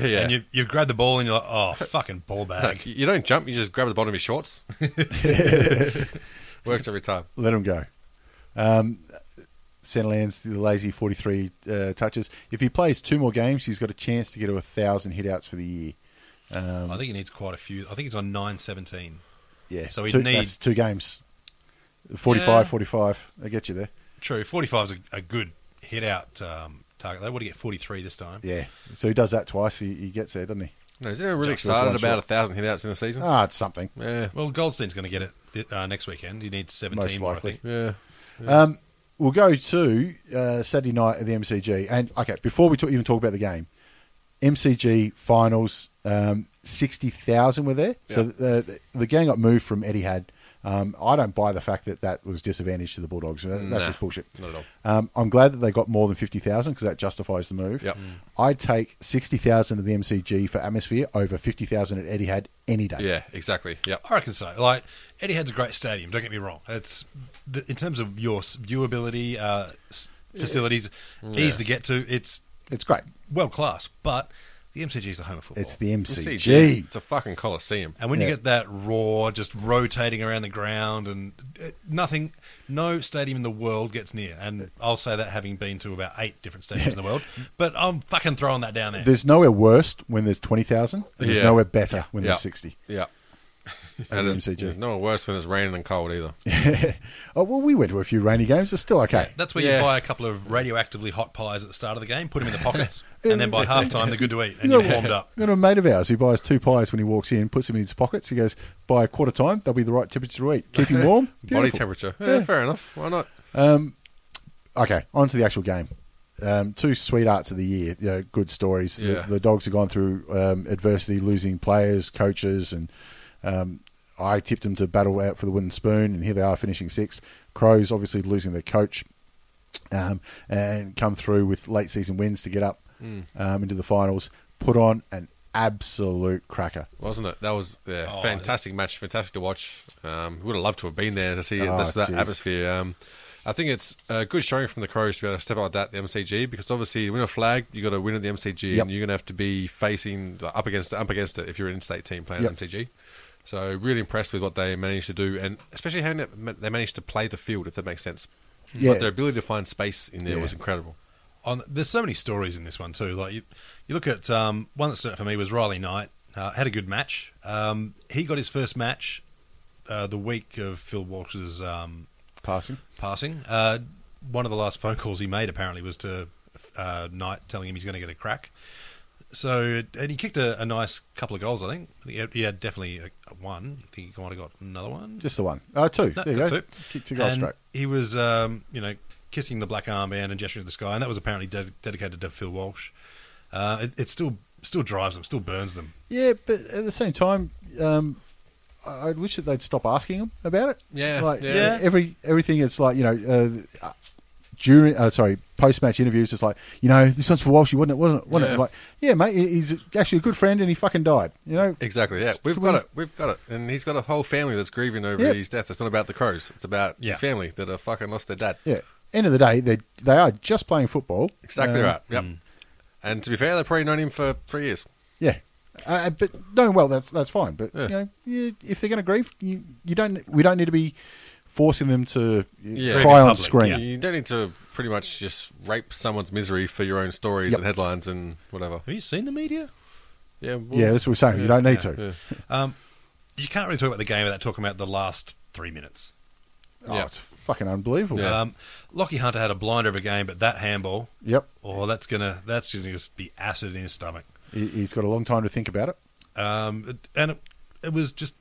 Yeah.
And you, you grab the ball and you're like, oh, fucking ball
Like,
bag.
you don't jump, you just grab the bottom of your shorts. works every time.
Let him go. Um, Centerlands, the lazy 43 uh, touches. If he plays two more games, he's got a chance to get to a thousand hitouts for the year.
I think he needs quite a few. I think he's on 9-17.
Yeah,
So he'd
two,
need-
that's two games. 45,
Yeah.
45. I get you there.
True, 45 is a, a good hit-out um, target. They would get 43 this time.
Yeah. So he does that twice. He, he gets there, doesn't he?
No, is anyone really
Just one
excited
shot.
about a thousand hitouts in a season?
Ah, it's something.
Yeah.
Well, Goldstein's going to get it th- uh, next weekend. He needs 17
Most
more,
likely.
I think.
Yeah.
Um, we'll go to uh, Saturday night at the MCG. And okay, before we talk, even talk about the game, MCG finals, um, sixty thousand were there. So uh,
Yeah.
the, the, the game got moved from Eddie had. Um, I don't buy the fact that that was disadvantage to the Bulldogs. That- That's
Nah,
just bullshit.
not at all.
Um, I'm glad that they got more than fifty thousand because that justifies the move.
Yep. Mm.
I'd take sixty thousand of the MCG for atmosphere over fifty thousand at Eddie had any day.
Yeah, exactly. Yep.
I reckon so. Like Eddie Head's a great stadium. Don't get me wrong. It's th- in terms of your s- viewability, uh, s- facilities, easy to get to. It's
it's great.
world class. But the MCG is the home of football.
Oh.
It's the MCG.
CG. It's a fucking coliseum.
and when
Yeah.
you get that roar just rotating around the ground and uh, nothing, no stadium in the world gets near. And I'll say that having been to about eight different stadiums in the world. But I'm fucking throwing that down there.
There's nowhere worse when there's 20,000. and There's
Yeah.
nowhere better when
Yeah.
there's 60.
Yeah.
At
it's-
MCG.
No worse when it's raining and cold either.
Oh, well, we went to a few rainy games. It's still okay.
That's where
Yeah.
you buy a couple of radioactively hot pies at the start of the game, put them in the pockets, and then by halftime they're good to eat, and you're warmed up.
We've got a mate of ours who buys two pies when he walks in, puts them in his pockets. He goes, by a quarter time, they'll be the right temperature to eat. Keep him warm.
Body
Beautiful.
temperature. Yeah,
Yeah.
fair enough. Why not?
Okay, on to the actual game. Um, two sweethearts of the year. You know, good stories.
Yeah.
The, the dogs have gone through um, adversity, losing players, coaches, and um, I tipped them to battle out for the wooden spoon, and here they are finishing sixth. Crows obviously losing their coach, um, and come through with late season wins to get up um, into the finals. Put on an absolute cracker.
Wasn't it? That was yeah,
Oh,
fantastic match, fantastic to watch. Um, would have loved to have been there to see
Oh,
this, that
jeez.
atmosphere. Um, I think it's a good showing from the Crows to be able to step out like that at the MCG because obviously when you're flagged, you got to win at the MCG
Yep.
and you're going to have to be facing like, up against up against it if you're an in-state team playing
Yep.
at the MCG. So really impressed with what they managed to do and especially how they managed to play the field if that makes sense.
Yeah.
Like, their ability to find space in there
Yeah.
was incredible.
On there's so many stories in this one too. Like you, you look at um, one that stood out for me was Riley Knight. Uh, had a good match. Um, he got his first match uh, the week of Phil Walsh's um,
Passing.
passing. Uh, one of the last phone calls he made apparently was to uh, Knight telling him he's going to get a crack. So and he kicked a, a nice couple of goals. I think he had, he had definitely uh one. I think he might have got another one.
Just the one. Uh, two.
No,
there you
got
go.
two.
Kick two goals
And
straight.
He was, um, you know, kissing the black armband and gesturing to the sky, and that was apparently ded- dedicated to Phil Walsh. Uh, it, it still still drives them, still burns them.
Yeah, but at the same time, um, I- I'd wish that they'd stop asking him about it.
Yeah,
like,
yeah.
yeah. Every everything, it's like you know, uh, during uh, sorry, post match interviews, it's like you know, this one's for Walshy, wasn't it? Wasn't it? Wasn't
Yeah.
it? Like, yeah, mate, he- he's actually a good friend, and he fucking died. You know,
Exactly. Yeah, we've
Can
got
we-
it. We've got it. And he's got a whole family that's grieving over
Yeah.
his death. It's not about the crows. It's about
Yeah.
his family that have fucking lost their dad.
Yeah. End of the day, they they are just playing football.
Exactly
Um,
right. Yep. And to be fair, they've probably known him for three years.
Yeah. Uh, but knowing well, that's that's fine. But
Yeah.
you know, you, if they're going to grieve, you, you don't. We don't need to be forcing them to
Yeah. Grieve in
cry on
public,
screen.
yeah.
You don't need to pretty much just rape someone's misery for your own stories
Yep.
and headlines and whatever.
Have you seen the media?
Yeah. well,
Yeah, that's what we're saying. you don't need to.
yeah.
Um, you can't really talk about the game without talking about the last three minutes.
Oh,
Yeah.
it's fucking unbelievable.
Yeah.
Um, Lockie Hunter had a blinder of a game, but that handball,
Yep,
oh, that's gonna that's gonna just be acid in his stomach.
he, he's got a long time to think about it.
Um, it- and it, it was just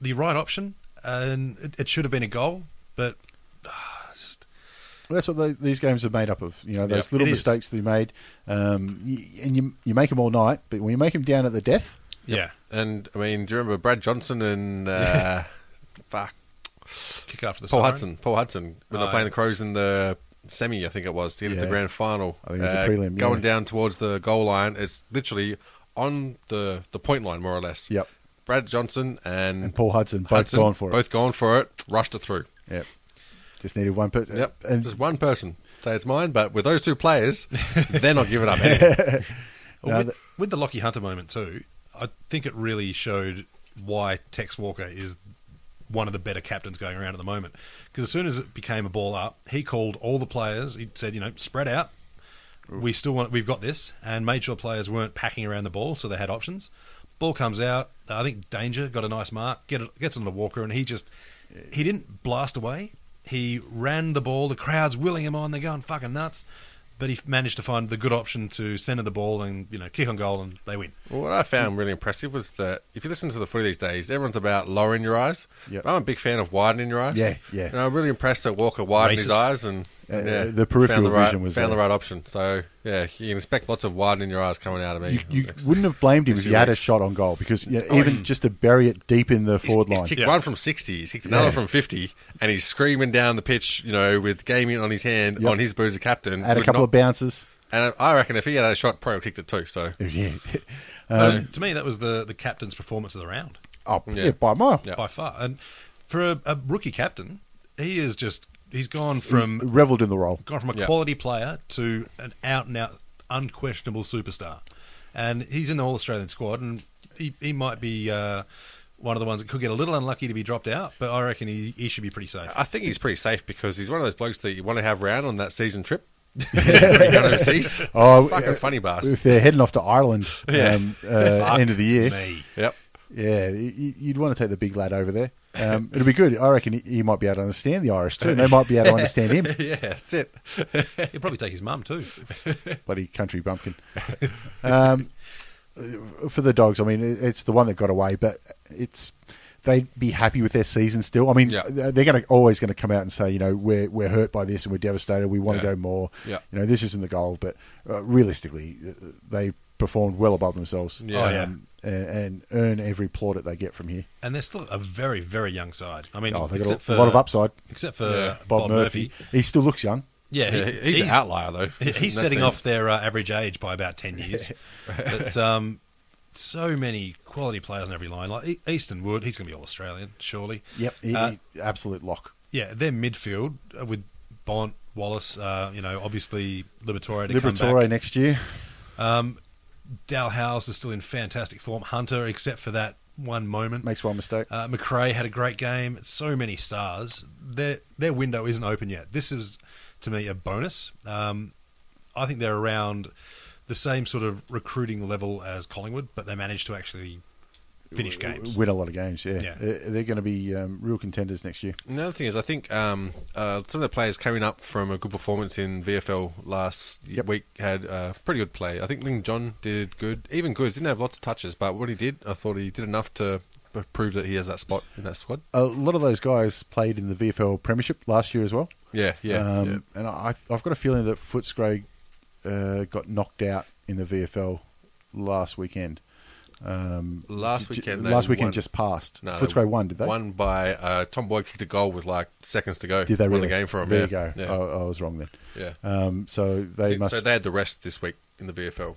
the right option, and it, it should have been a goal, but ah, it's just
Well, that's what they, these games are made up of. You know, those
Yep,
little
it is.
mistakes they made, um, y and you you make them all night. But when you make them down at the death,
yeah,
And I mean, do you remember Brad Johnson and uh, fuck
kick after the
Paul
siren.
Hudson? Paul Hudson when
Oh.
they're playing the Crows in the semi, I think it was the end of
Yeah.
the grand final. Uh,
I think it was a prelim,
Going
yeah.
down towards the goal line, it's literally on the the point line, more or less.
Yep.
Brad Johnson and,
and Paul Hudson both
Mm. Hudson,
gone for it.
Both gone for it. Rushed it through.
Yep, just needed one person.
Yep.
and
Just one person. Say it's mine, but with those two players, then I'll give it up. anyway.
Well,
Now
with,
that-
with the Lockie Hunter moment too, I think it really showed why Tex Walker is one of the better captains going around at the moment. Because as soon as it became a ball up, he called all the players. He said, you know, spread out. We still want. We've got this, and made sure players weren't packing around the ball, so they had options. Ball comes out. I think Danger got a nice mark. Get it, gets on the Walker, and he just he didn't blast away. He ran the ball. The crowd's willing him on. They're going fucking nuts. But he managed to find the good option to center the ball and you know kick on goal, and they win.
Well, what I found really impressive was that if you listen to the footy these days, everyone's about lowering your eyes.
Yep.
But I'm a big fan of widening your eyes.
Yeah, yeah.
And I'm really impressed that Walker widened his
Racist.
eyes and
Uh,
yeah,
the peripheral
found the right,
vision was
found
there.
the right option. So yeah, you can expect lots of widening your eyes coming out of me.
you, you
Next.
wouldn't have blamed him if
Next
he
few
had a
weeks.
shot on goal because you know,
Oh,
even just to bury it deep in the forward
He's
line.
kicked
Yeah.
one from 60, he's kicked another
Yeah.
from 50, and he's screaming down the pitch, you know, with gaming on his hand,
Yep.
on his boot as a captain.
Had a
Would
couple
not-
of bounces.
And I reckon if he had a shot, probably kicked it too. So
Yeah.
So to me, that was the the captain's performance of the round.
Oh, yeah.
Yeah.
by a mile.
Yeah.
by far. And for a, a rookie captain, he is just he's gone from
Reveled in the role.
gone from a
Yeah.
quality player to an out and out unquestionable superstar. And he's in the All Australian squad, and he, he might be uh, one of the ones that could get a little unlucky to be dropped out, but I reckon he, he should be pretty safe.
I think he's pretty safe because he's one of those blokes that you want to have round on that season trip. When you go overseas.
Oh,
fucking
uh,
funny bastard.
If they're heading off to Ireland um, uh,
Fuck
end of the year,
me.
Yep.
yeah, you, you'd want to take the big lad over there. Um, it'll be good. I reckon he, he might be able to understand the Irish too. and They might be able to understand him.
yeah, that's it. He'll probably take his mum too.
bloody country bumpkin. Um, for the dogs, I mean, it- it's the one that got away, but it's they'd be happy with their season still. I mean,
Yeah.
they're going to always going to come out and say, you know, we're we're hurt by this and we're devastated. We want to
Yeah.
go more.
Yeah.
You know, this isn't the goal, but uh, realistically, uh, they performed well above themselves. Um,
Yeah. Oh, yeah.
and, and earn every plaudit they get from here.
And they're still a very, very young side. I mean,
Oh, they got a,
except for,
a lot of upside.
Except for
Yeah.
Bob, Murphy. he still looks young.
Yeah, he-
Yeah, he's, an outlier though.
He- He's
That's
setting
it.
off their uh, average age by about ten years. but um, so many quality players on every line. Like E- Easton Wood, he's going to be all Australian, surely.
Yep, he,
Uh,
he- absolute lock.
yeah, their midfield uh, with Bont, Wallace. Uh, you know, obviously Liberatore to come
Liberatore
back.
next year.
Um, Dalhouse is still in fantastic form. Hunter, except for that one moment,
Makes one mistake.
uh, McRae had a great game. So many stars. Their their window isn't open yet. This is to me a bonus. Um, I think they're around the same sort of recruiting level as Collingwood, but they managed to actually finish games.
win a lot of games. Yeah,
Yeah.
Uh, they're going to be um, real contenders next year.
Another thing is, I think um, uh, some of the players coming up from a good performance in VFL last
Yep.
week had uh, pretty good play. I think Ling John did good, even good. Didn't have lots of touches, but what he did, I thought he did enough to p- prove that he has that spot in that squad.
A lot of those guys played in the VFL Premiership last year as well.
Yeah, yeah,
um,
yeah.
And I, I've got a feeling that Footscray uh, got knocked out in the VFL last weekend. Um,
Last
j-
weekend they
last weekend
won.
just passed.
No, they
Footscray won, did they?
Won by uh, Tom Boyd kicked a goal with like seconds to go.
Did they
won
really?
the game for him?
There
yeah.
you go.
Yeah.
I, I was wrong then.
yeah.
Um, so they
Yeah,
must
So they had the rest this week in the VFL.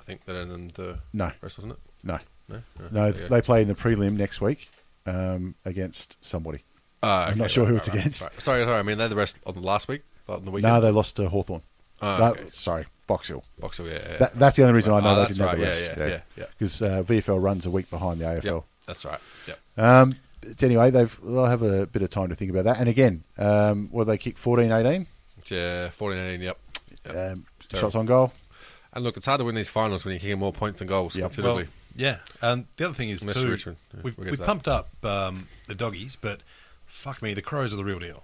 I think they had in uh, the
No.
rest, wasn't it?
no,
No,
no.
There you go.
They play in the prelim next week um, against somebody.
Ah,
I'm
okay,
not sure
right,
who
right,
it's
right,
against.
right. Sorry, sorry. I mean, they had the rest on the last week, on the weekend.
No, they lost to Hawthorn.
Ah,
No,
okay.
sorry, Box Hill.
Boxer, yeah, yeah.
That, that's the only reason I know
Ah,
they
that's
didn't have the
right.
rest.
Yeah, yeah, yeah, yeah.
Because uh, VFL runs a week behind the AFL.
Yep, that's right. Yep.
Um, but anyway, they've, they'll have a bit of time to think about that. And again, um, what did they kick? 14, 18?
Yeah, 14 18, yep. Yep.
Um,
Terrible.
shots on goal.
and look, it's hard to win these finals when you're kicking more points than goals,
Yep.
considerably.
Well, yeah, and the other thing is
Unless
too,
you're Richmond. Yeah,
we've,
we'll get
we've
to that.
pumped up um, the doggies, but fuck me, the crows are the real deal.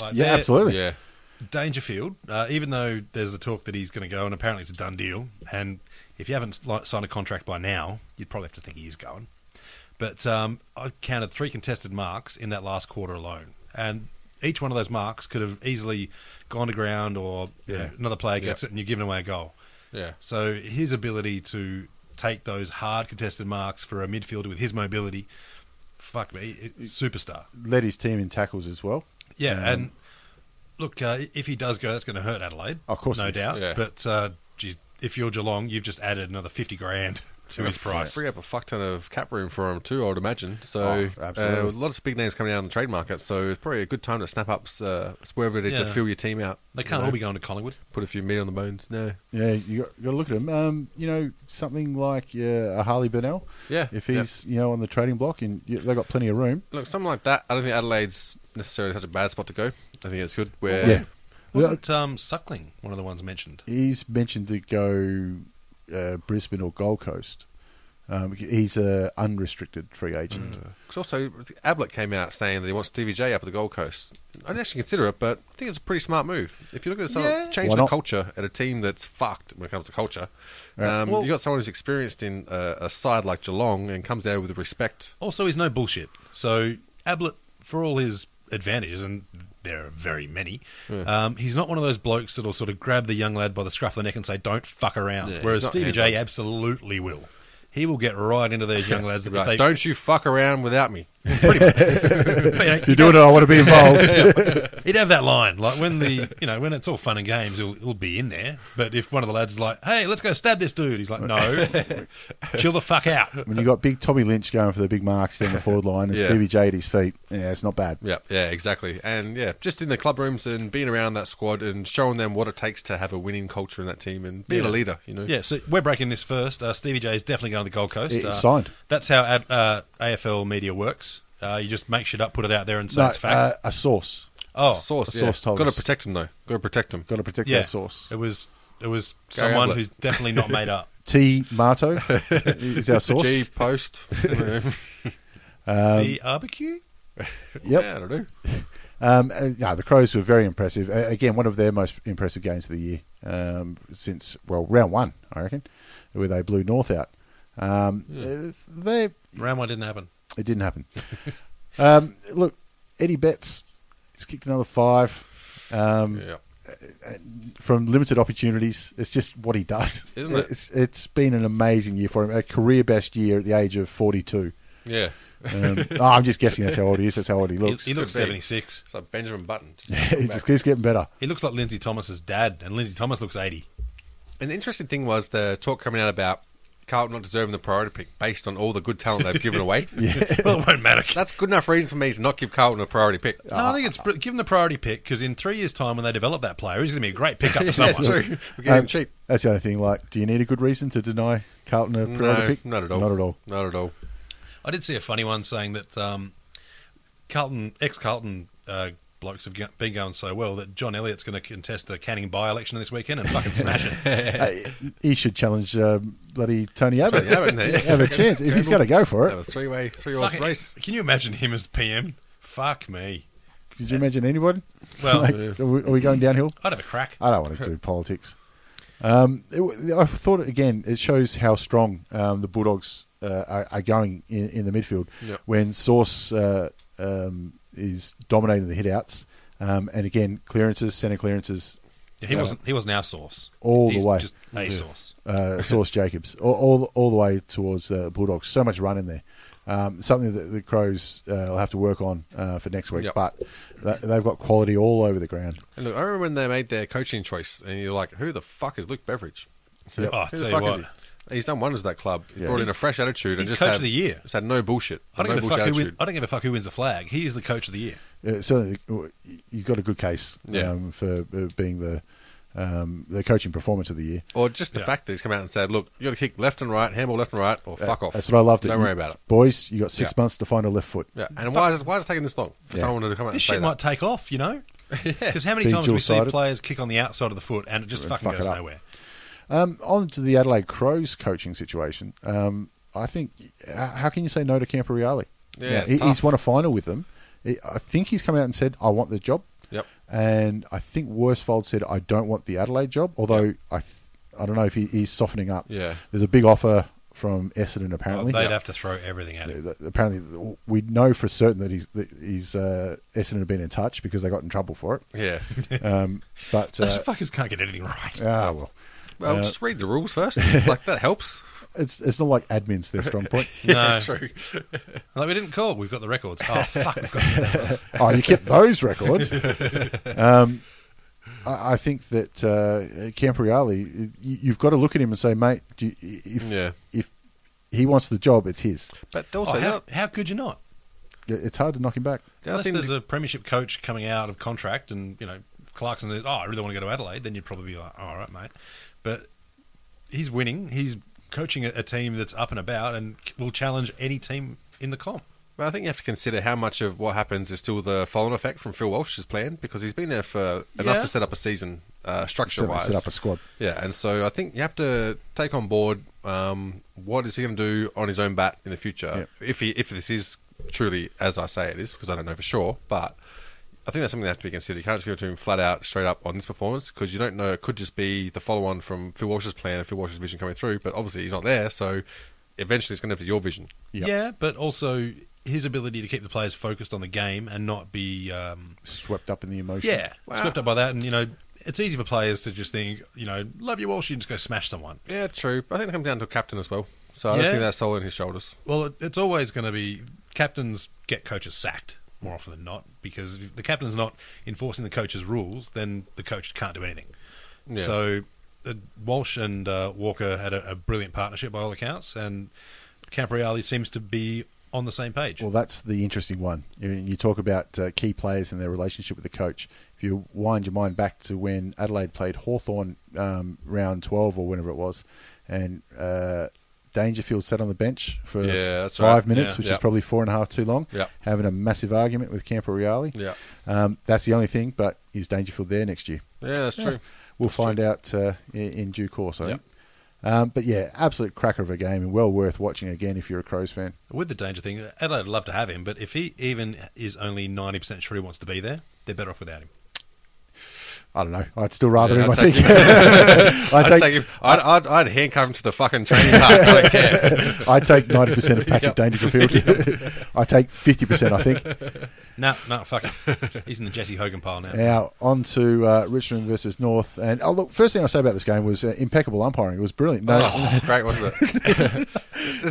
Like,
Yeah,
they're-
absolutely.
yeah.
Dangerfield, uh, even though there's the talk that he's going to go, and apparently it's a done deal, and if you haven't li- signed a contract by now, you'd probably have to think he is going. But um, I counted three contested marks in that last quarter alone, and each one of those marks could have easily gone to ground, or you know, another player gets it, and you're giving away a goal.
Yeah.
So his ability to take those hard contested marks for a midfielder with his mobility, fuck me, it- superstar.
Led his team in tackles as well.
Yeah,
Um,
and look, uh, if he does go, that's going to hurt Adelaide.
Of course it
no
is.
doubt.
Yeah.
But uh, geez, if you're Geelong, you've just added another fifty grand to his price.
Free up a fuck ton of cap room for him, too, I would imagine. So,
Oh, absolutely.
uh, with a lot of big names coming out on the trade market, so it's probably a good time to snap up uh, wherever it is to
Yeah.
fill your team out.
They
you
can't
know,
all be going to Collingwood.
Put a few meat on the bones. No.
Yeah, you got, you got to look at him. Um, you know, something like uh, a Harley Burnell.
Yeah,
If
yeah.
he's you know on the trading block and you, they got plenty of room.
Look, something like that, I don't think Adelaide's necessarily such a bad spot to go. I think it's good. Where
Yeah.
Wasn't um, Suckling one of the ones mentioned?
He's mentioned to go uh, Brisbane or Gold Coast. Um, he's a unrestricted free agent.
Because also, Ablett came out saying that he wants Stevie J up at the Gold Coast. I didn't actually consider it, but I think it's a pretty smart move. If you look at some change
Why
the
not?
culture at a team that's fucked when it comes to culture,
Yeah.
um, you got someone who's experienced in a, a side like Geelong and comes out with respect.
Also, he's no bullshit. So Ablett, for all his advantages, and there are very many, um, he's not one of those blokes that'll sort of grab the young lad by the scruff of the neck and say, "Don't fuck around."
Yeah, he's
Whereas
not
Stevie J
hands-on.
absolutely will. He will get right into those young lads. That
Right,
if they,
Don't you fuck around without me.
you know,
If you're doing it, I want to be involved.
He'd have that line, like when the you know when it's all fun and games, he'll, he'll be in there. But if one of the lads is like, "Hey, let's go stab this dude," he's like, "No, chill the fuck out."
when you got big Tommy Lynch going for the big marks down the forward line and
Yeah.
Stevie J at his feet, yeah, it's not bad.
Yeah, yeah, exactly. And yeah, just in the club rooms and being around that squad and showing them what it takes to have a winning culture in that team and being a
Yeah.
leader, you know.
Yeah, so we're breaking this first. Uh, Stevie J is definitely going to the Gold Coast.
It's
uh,
signed.
That's how ad, uh, AFL media works. Uh, you just make shit up, put it out there, and say
No,
it's fact.
uh, a source.
oh,
Source,
The
yeah.
source told
Got to
us.
protect them, though. Got to protect them.
Got to protect
yeah,
their source.
It was it was
Gary
someone
Ablett.
who's definitely not made up.
T. Marto is our source.
G post. yeah,
Um,
the barbecue.
Yep.
I don't know.
Um, uh, no, the Crows were very impressive. Uh, again, one of their most impressive games of the year um, since well round one, I reckon, where they blew North out. Um, uh, They
Round one didn't happen.
it didn't happen. um, look, Eddie Betts has kicked another five. Um,
Yeah.
from limited opportunities. It's just what he does.
Isn't it?
It's, it's been an amazing year for him, a career best year at the age of 42.
Yeah.
Um, oh, I'm just guessing that's how old he is. That's how old he
He,
looks.
he looks
Could be.
seventy six.
It's like Benjamin Button.
He just keeps getting better.
He looks like Lindsay Thomas's dad, and Lindsay Thomas looks eighty.
And the interesting thing was the talk coming out about Carlton not deserving the priority pick based on all the good talent they've given away.
well, it won't matter.
That's good enough reason for me to not give Carlton a priority pick.
Ah.
No, I think it's br- give him the priority pick because in three years' time, when they develop that player, he's going to be a great pickup for someone.
That's true. We're getting
Um,
cheap.
That's the only thing. Like, do you need a good reason to deny Carlton a priority
No,
pick?
not at all.
Not at all.
Not at all.
I did see a funny one saying that um, Carlton, ex Carlton uh, blokes have go- been going so well that John Elliott's going to contest the Canning by-election this weekend and fucking smash it.
Uh, he should challenge um, bloody Tony Abbott.
Tony Abbott, yeah.
have a chance if he's going to go for
Have a
it.
three way three horse
Fucking-
race.
Can you imagine him as PM? Fuck me.
Could you imagine anybody?
Well,
Like,
uh,
are, we, are we going downhill?
I'd have a crack.
I don't want to do politics. Um, it w- I thought again, it shows how strong um, the Bulldogs uh, are, are going in, in the midfield
Yeah.
when Source uh, um, is dominating the hitouts, um, and again clearances, centre clearances,
Yeah, he wasn't. He wasn't our source
All the
He's
way.
Just a source.
uh, Source Jacobs, all, all all the way towards the Bulldogs. So much run in there. Um, something that the Crows uh, will have to work on uh, for next week,
Yep.
but th- they've got quality all over the ground.
And look, I remember when they made their coaching choice, and you're like, "Who the fuck is Luke Beveridge?
Oh, I
Who
tell
the
you
fuck
what.
is he? He's done wonders with that club. He
Yeah.
brought in a
He's-
fresh attitude and
he's
just
coach
had,
of the year.
Just had no bullshit.
I don't,
no
give a
bullshit
fuck who wins,
attitude.
I don't give a fuck who wins the flag. He is the coach of the year.
Uh, certainly, you've got a good case
Yeah.
um, for uh, being the um, the coaching performance of the year.
Or just the
Yeah.
fact that he's come out and said, "Look, you got to kick left and right, handball left and right, or fuck off."
Uh, That's what I loved.
Don't
You-
worry about it.
boys. You got six
Yeah.
months to find a left foot.
Yeah. And why is, it, why is it taking this long for
Yeah.
someone to come
This
out and say
shit
that?
might take off, you know. Because how many
Be
times we see
dual-sided.
players kick on the outside of the foot and it just
And
fucking
fuck it
goes
up.
nowhere?
Um, on to the Adelaide Crows coaching situation. Um, I think h- how can you say no to Camporeale?
Yeah, it's
he, he's
tough.
won a final with them. He, I think he's come out and said, "I want the job."
Yep.
And I think Worsfold said, "I don't want the Adelaide job." Although I, th- I don't know if he, he's softening up.
Yeah.
There's a big offer from Essendon
Well,
apparently.
they'd have to throw everything at it.
Uh, apparently we know for certain that he's that he's uh, Essendon have been in touch because they got in trouble for
Yeah.
it. Um, but
Those
uh,
fuckers can't get anything right.
ah, well,
well,
Uh,
just read the rules first. like that helps.
it's it's not like admins their strong point.
No,
True.
like we didn't call. We've got the records. Oh fuck, we've got the records.
oh, you kept those records. Um, I, I think that uh, Campriali, you, you've got to look at him and say, mate, do you, if
Yeah.
if he wants the job, it's his.
But
Oh,
also, the
how,
other-
how could you not?
It- It's hard to knock him back.
the other
Unless
thing
there's
that-
a premiership coach coming out of contract, and you know Clarkson. is, Oh, I really want to go to Adelaide. Then you'd probably be like, all right, mate. But he's winning. He's coaching a, a team that's up and about and c- will challenge any team in the comp.
Well, I think you have to consider how much of what happens is still the fallen effect from Phil Welsh's plan because he's been there for enough
Yeah.
to set up a season uh, structure
Certainly
wise.
set up a squad.
yeah, and so I think you have to take on board um, what is he going to do on his own bat in the future if he if this is truly as I say it is because I don't know for sure, but I think that's something that has to be considered. You can't just go to him flat out straight up on this performance because you don't know. It could just be the follow on from Phil Welsh's plan and Phil Welsh's vision coming through, but obviously he's not there, so eventually it's going to be your vision.
Yeah.
Yeah, but also his ability to keep the players focused on the game and not be um,
Swept up in the emotion.
yeah
Wow.
swept up by that. And you know, it's easy for players to just think, you know, love you Walsh, you just go smash someone.
Yeah, true. But I think it comes down to a captain as well. So I don't
Yeah.
think that's all in his shoulders.
Well, it, it's always going to be captains get coaches sacked more often than not because if the captain's not enforcing the coach's rules, then the coach can't do anything.
Yeah.
So uh, Walsh and uh, Walker had a, a brilliant partnership by all accounts, and Campriali seems to be on the same page.
Well, that's the interesting one. You, you talk about uh, key players and their relationship with the coach. If you wind your mind back to when Adelaide played Hawthorn um, round 12 or whenever it was, and uh, Dangerfield sat on the bench for
Yeah, that's
five
right.
minutes,
Yeah.
which
Yeah.
is probably four and a half too long,
Yeah.
having a massive argument with Camporeale.
Yeah.
Um, that's the only thing, but is Dangerfield there next year?
Yeah, that's
Yeah.
true.
We'll find out uh, in, in due course, I
Yeah.
think. Um, but yeah, absolute cracker of a game and well worth watching again if you're a Crows fan.
With the danger thing, Adelaide would love to have him, but if he even is only 90% sure he wants to be there, they're better off without him.
I don't know. I'd still rather
Yeah,
him. I
I'd take
think. I
I'd take,
take
him. I'd, I'd, I'd handcuff him to the fucking training park. I don't care.
I take ninety percent of Patrick Dangerfield. I take fifty percent. I think.
No, no, fuck it. He's in the Jesse Hogan pile now.
Now on to uh, Richmond versus North. And oh, look, first thing I say about this game was uh, impeccable umpiring. It was brilliant. No,
Oh, great, wasn't it?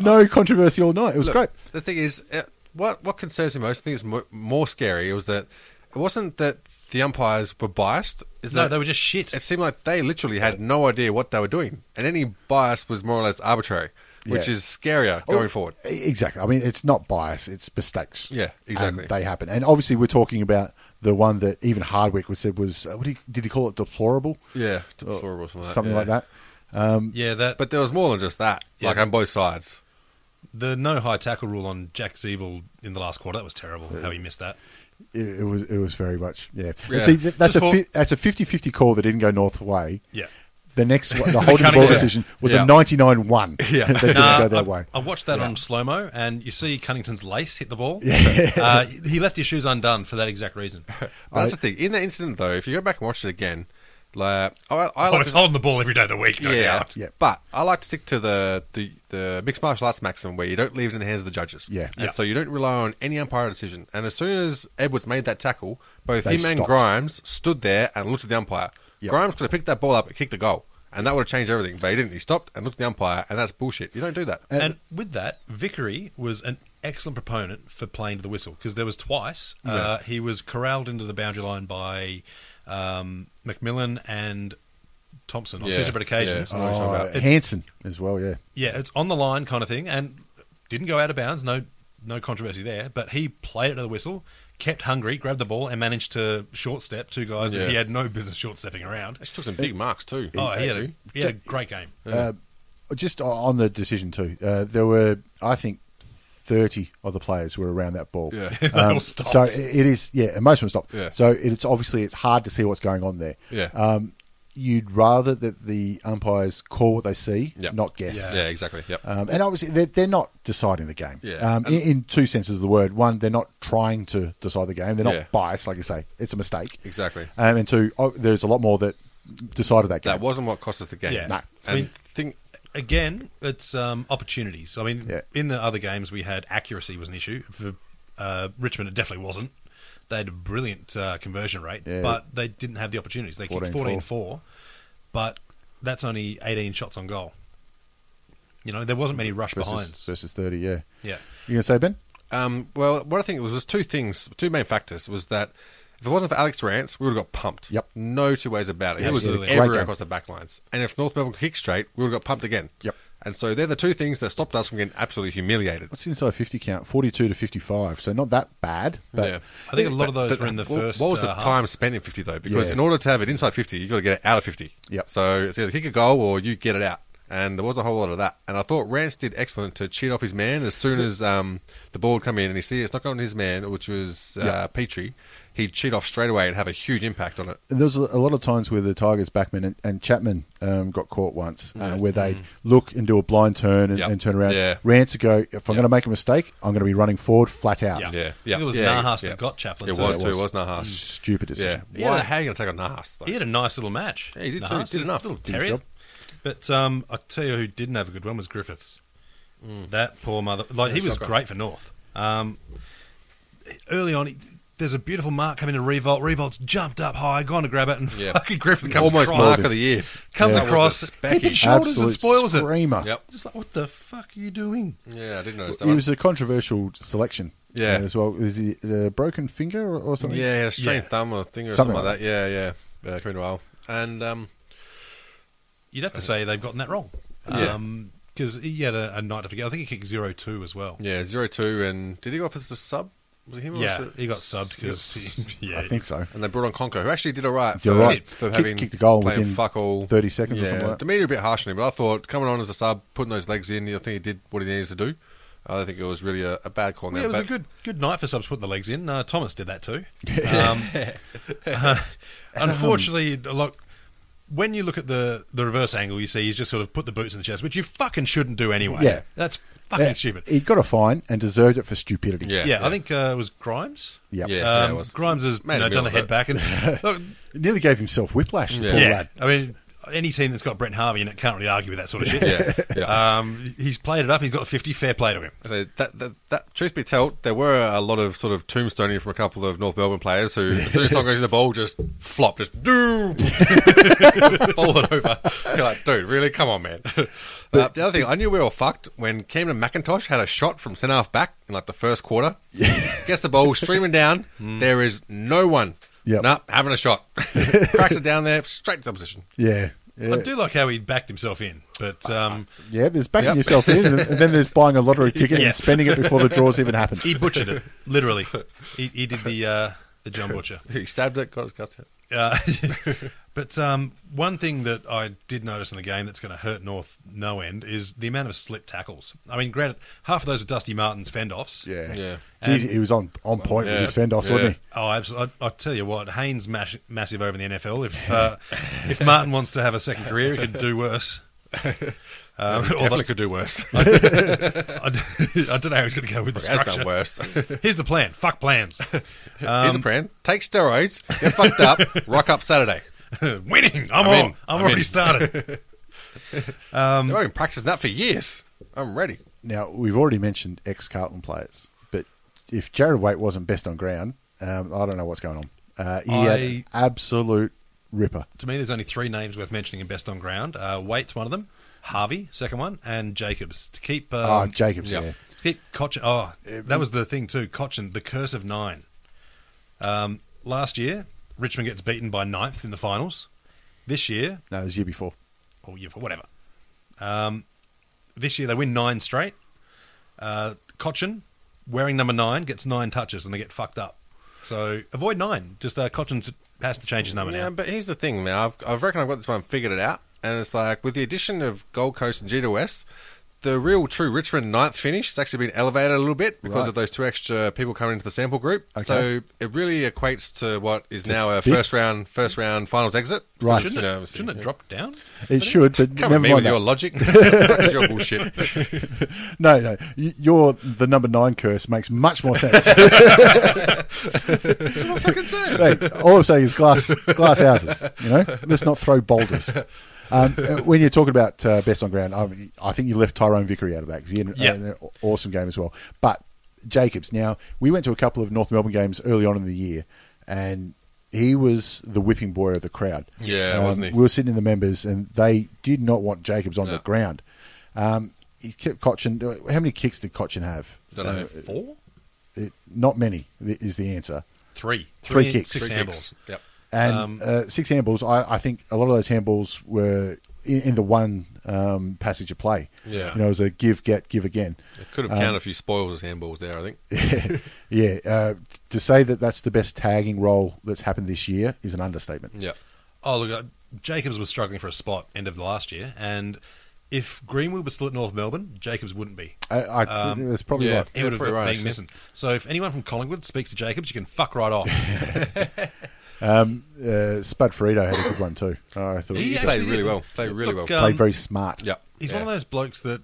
no controversy all night. It was great.
The thing is, uh, what what concerns me most, I think is mo- more scary, was that it wasn't that the umpires were biased. Is
No,
that
they were just shit.
It seemed like they literally had no idea what they were doing, and any bias was more or less arbitrary, which
Yeah.
is scarier going
Oh,
forward.
e- Exactly. I mean, it's not bias; it's mistakes.
Yeah, exactly.
And they happen, and obviously, we're talking about the one that even Hardwick was said was uh, what he, did he call it deplorable?
Yeah,
Or
deplorable, something like
Oh, something
that,
like
yeah.
that.
Yeah, that.
But there was more than just that.
Yeah.
Like on both sides.
The no high tackle rule on Jack Siebel in the last quarter, that was terrible how he missed that.
It, it was it was very much yeah. And
Yeah.
see, th- that's
Just
a
for-
fi- that's a 50-50 call that didn't go North way.
Yeah.
The next one, the holding
cutting
ball
to-
decision was
Yeah.
a ninety nine one.
Yeah,
that didn't
Nah,
go that
I,
way.
I watched that on slow mo, and you see Cunnington's lace hit the ball.
Yeah.
Uh, he left his shoes undone for that exact reason.
But that's the thing. In that incident, though, if you go back and watch it again, like I, I
Oh,
like
it's
to-
holding the ball every day of the week, no
yeah,
doubt.
Yeah.
But I like to stick to the, the the mixed martial arts maximum where you don't leave it in the hands of the judges.
Yeah.
and
Yeah.
so you don't rely on any umpire decision. And as soon as Edwards made that tackle, both
They
him and
stopped.
Grimes stood there and looked at the umpire.
Yeah.
Grimes could have picked that ball up and kicked a goal, and that would have changed everything. But he didn't. He stopped and looked at the umpire, and that's bullshit. You don't do that.
And with that, Vickery was an excellent proponent for playing to the whistle because there was twice uh, he was corralled into the boundary line by um, Macmillan and Thompson on two
Yeah,
separate occasions.
yeah.
Yeah.
what you're talking about.
Oh,
It's-
Hanson as well, yeah.
it's on the line kind of thing, and didn't go out of bounds. No, no controversy there. But he played it to the whistle, kept hungry, grabbed the ball, and managed to short step two guys
Yeah.
that he had no business short stepping around.
She took some big marks too.
Oh, he had a, he had a great game.
Uh, just o- on the decision too, uh, there were I think thirty other players were around that ball. Um,
Yeah.
They all stopped.
so i- it is yeah, emotional stop.
Yeah.
So it's obviously it's hard to see what's going on there.
Yeah.
Um, you'd rather that the umpires call what they see,
Yep.
not guess.
yeah. exactly. Yep.
Um, and obviously, they're, they're not deciding the game.
Yeah.
Um, in, in two senses of the word. One, they're not trying to decide the game. They're not
Yeah.
biased, like you say. It's a mistake.
Exactly.
Um, and two, oh, there's a lot more that decided that game.
That wasn't what cost us the game.
Yeah.
No.
And
I mean-
think
again, it's um, opportunities. I mean,
Yeah.
in the other games, we had accuracy was an issue. For uh, Richmond, it definitely wasn't. They had a brilliant uh, conversion rate,
Yeah.
but they didn't have the opportunities. They kicked 14
14-4.
4, but that's only 18 shots on goal. You know, there wasn't many rush
versus,
behinds.
versus 30, yeah.
yeah.
You going to say, Ben?
Um, well, what I think it was was two things, two main factors was that if it wasn't for Alex Rance, we would have got pumped.
Yep.
No two ways about it. He was
Absolutely.
Great
everywhere
game.
across the back lines. And if North Melbourne could kick straight, we would have got pumped again.
Yep.
And so they're the two things that stopped us from getting absolutely humiliated.
What's the inside 50 count? 42 to 55. So not that bad. But
yeah.
I think a lot of those were in the
what,
first.
What was the
uh, half.
time spent in 50, though? Because
Yeah.
in order to have it inside 50, you've got to get it out of 50.
Yep.
So it's either kick a goal or you get it out. And there wasn't a whole lot of that. And I thought Rance did excellent to cheat off his man as soon as um, the ball would come in and he see it's not going to his man, which was uh,
Yeah.
Petrie. He'd cheat off straight away and have a huge impact on it.
And there was a a lot of times where the Tigers backman and, and Chapman um, got caught once, uh, where they look and do a blind turn and,
Yep.
and turn around.
Yeah.
Rant to go. If I'm going to make a mistake, I'm going to be running forward flat out. Mm,
Yeah. I
Yeah. yeah.
think it was
yeah,
Nahas that
yeah.
got Chaplin
It
too.
was
It Mm.
too. It was
It's
Nahas.
Stupid
Yeah.
decision.
Why?
Yeah.
How are you going to take on Nahas? though?
He had a nice little match.
Yeah, he did
Nah,
too. He did
a
enough.
Little
Did his
terrier.
job.
But um, I tell you who didn't have a good one was Griffiths. That poor mother. Like he was
Mm. shocker.
great for North. Um, early on, he, there's a beautiful mark coming to Revolt. Revolt's jumped up high, gone to grab it, and
Yeah.
fucking Griffith comes
Almost
across.
mark of the year.
Comes
That
across,
was a
head and
specky.
shoulders and
Absolute
spoils
screamer.
it.
Yep.
Just like what the fuck are you doing?
Yeah, I didn't notice that
It
one.
was a controversial selection.
Yeah.
uh, As well. Is it a broken finger or, or something?
Yeah, he had a strained
Yeah.
thumb or finger or
Something
something, like that. Yeah, yeah. Uh, coming to Isle. And um,
You'd have to say they've gotten that wrong.
Uh-huh. Yeah.
because he had a, a night to forget. I think he kicked zero two as well.
yeah, Oh, zero two. And did he go off as a sub? Was it him? Or
Yeah,
was it-
he got subbed because yeah,
I think so.
And they brought on Conco, who actually did all right.
Did all right.
For
Kick-
having
kicked a goal
playing
within
fuck all
30 seconds or
yeah,
something like that.
The media a bit harsh on him, but I thought coming on as a sub, putting those legs in, I think he did what he needed to do. I don't think it was really a, a bad call.
Yeah,
now,
it was a
but-
good good night for subs putting the legs in. Uh, Thomas did that too. Um, uh, unfortunately, a lot. When you look at the the reverse angle, you see he's just sort of put the boots in the chest, which you fucking shouldn't do anyway.
Yeah.
that's fucking
Uh,
stupid.
He got a fine and deserved it for stupidity. Uh,
Yeah.
yeah, I think uh, it was Grimes.
Yep.
Yeah,
um,
yeah, it was.
Grimes has
Made
you know,
a
done the
meal
head
of
back and look,
He nearly gave himself whiplash. the
Yeah.
Poor
yeah.
lad.
I mean, any team that's got Brent Harvey in it can't really argue with that sort of shit.
Yeah, yeah.
Um, he's played it up. He's got the fifty. Fair play to him.
So that, that, that, truth be told, there were a lot of sort of tombstoning from a couple of North Melbourne players who, as soon as someone goes in the ball, just flop, just do, bowl it over. You're like, dude, really? Come on, man. uh, the other thing, I knew we were all fucked when Cameron McIntosh had a shot from centre half back in like the first quarter. Gets the ball streaming down. There is no one.
Yep.
Nah, having a shot. Cracks it down there, straight to the opposition.
Yeah. Yeah.
I do like how he backed himself in, but um,
Yeah, there's backing
Yep.
yourself in, and and then there's buying a lottery ticket
Yeah.
and spending it before the draws even happen.
He butchered it, literally. He, he did the uh, the John Butcher.
He stabbed it, got his guts out.
Uh, but um, one thing that I did notice in the game that's going to hurt North no end is the amount of slip tackles. I mean, granted, half of those were Dusty Martin's fend offs.
Yeah.
Yeah.
Jeez, he was on, on point
Yeah.
with his fend offs,
Yeah.
wasn't he?
Oh, absolutely. I, I tell you what, Haynes mash, massive over in the NFL. If uh, if Martin wants to have a second career, he could do worse. Um, although
Definitely could do worse.
I, d- I don't know how he's going to go with the
Has done
structure.
worse.
Here's the plan. Fuck plans.
Here's a plan: take steroids, get fucked up, rock up Saturday.
Winning. I'm,
I'm
on.
in.
I'm,
I'm
already
in.
started.
I've been practicing that for years. I'm ready.
Now, we've already mentioned ex Carlton players, but if Jared Waite wasn't best on ground, um, I don't know what's going on. Uh, he had
I-
absolute ripper.
to me, there's only three names worth mentioning in best on ground. Uh, Waite's one of them. Harvey, second one, and Jacobs to keep. Um,
oh, Jacobs,
yeah.
yeah.
Let's keep Cochin. Oh, that was the thing too. Cochin, the curse of nine. Um, last year, Richmond gets beaten by ninth in the finals. This year,
No, it was the year before.
or year for whatever. Um, this year they win nine straight. Uh, Cochin, wearing number nine, gets nine touches and they get fucked up. So avoid nine. Just uh, Cochin has to change his number
Yeah,
now.
but here's the thing, man. I've, I reckon I've got this one figured it out, and it's like with the addition of Gold Coast and Gita West, the real true Richmond ninth finish has actually been elevated a little bit because
Right.
of those two extra people coming into the sample group.
Okay.
So it really equates to what is now a
fifth?
first round, first round finals exit.
Right.
Because,
Shouldn't,
you know,
it,
obviously-
shouldn't it drop down?
It should, but
Come
never
with me with
mind. That.
your logic. What is your bullshit.
No, no. y- Your the number nine curse makes much more sense. Hey, all I'm saying is glass glass houses. You know, let's not throw boulders. Um, uh, when you're talking about uh, best on ground, I, mean, I think you left Tyrone Vickery out of that because he had an,
Yeah.
an uh, awesome game as well. But Jacobs, now we went to a couple of North Melbourne games early on in the year, and he was the whipping boy of the crowd. Um,
Yeah, wasn't he?
We were sitting in the members, and they did not want Jacobs on
No.
the ground. Um, he kept Cochin. How many kicks did Cochin have?
Don't know.
Four,
It, not many is the answer.
three,
Three
and
kicks.
six
Three
handballs.
kicks. Yep.
And
Um,
uh, six handballs. I, I think a lot of those handballs were in, in the one um, passage of play.
Yeah.
you know, it was a give, get, give again.
It could have counted a few spoils as handballs there, I think.
yeah, uh, to say that that's the best tagging role that's happened this year is an understatement.
Yeah.
Oh, look, uh, Jacobs was struggling for a spot end of last year, and if Greenwood was still at North Melbourne, Jacobs wouldn't be.
I, I think that's probably
yeah.
right.
He would have
probably
been
right, actually.
missing. So if anyone from Collingwood speaks to Jacobs, you can fuck right off.
Uh, Spud Frito had a good one too. I thought
He
he
actually
played really
did.
well. Played really
Look,
well.
um,
played very smart.
Yeah.
He's
Yeah.
one of those blokes that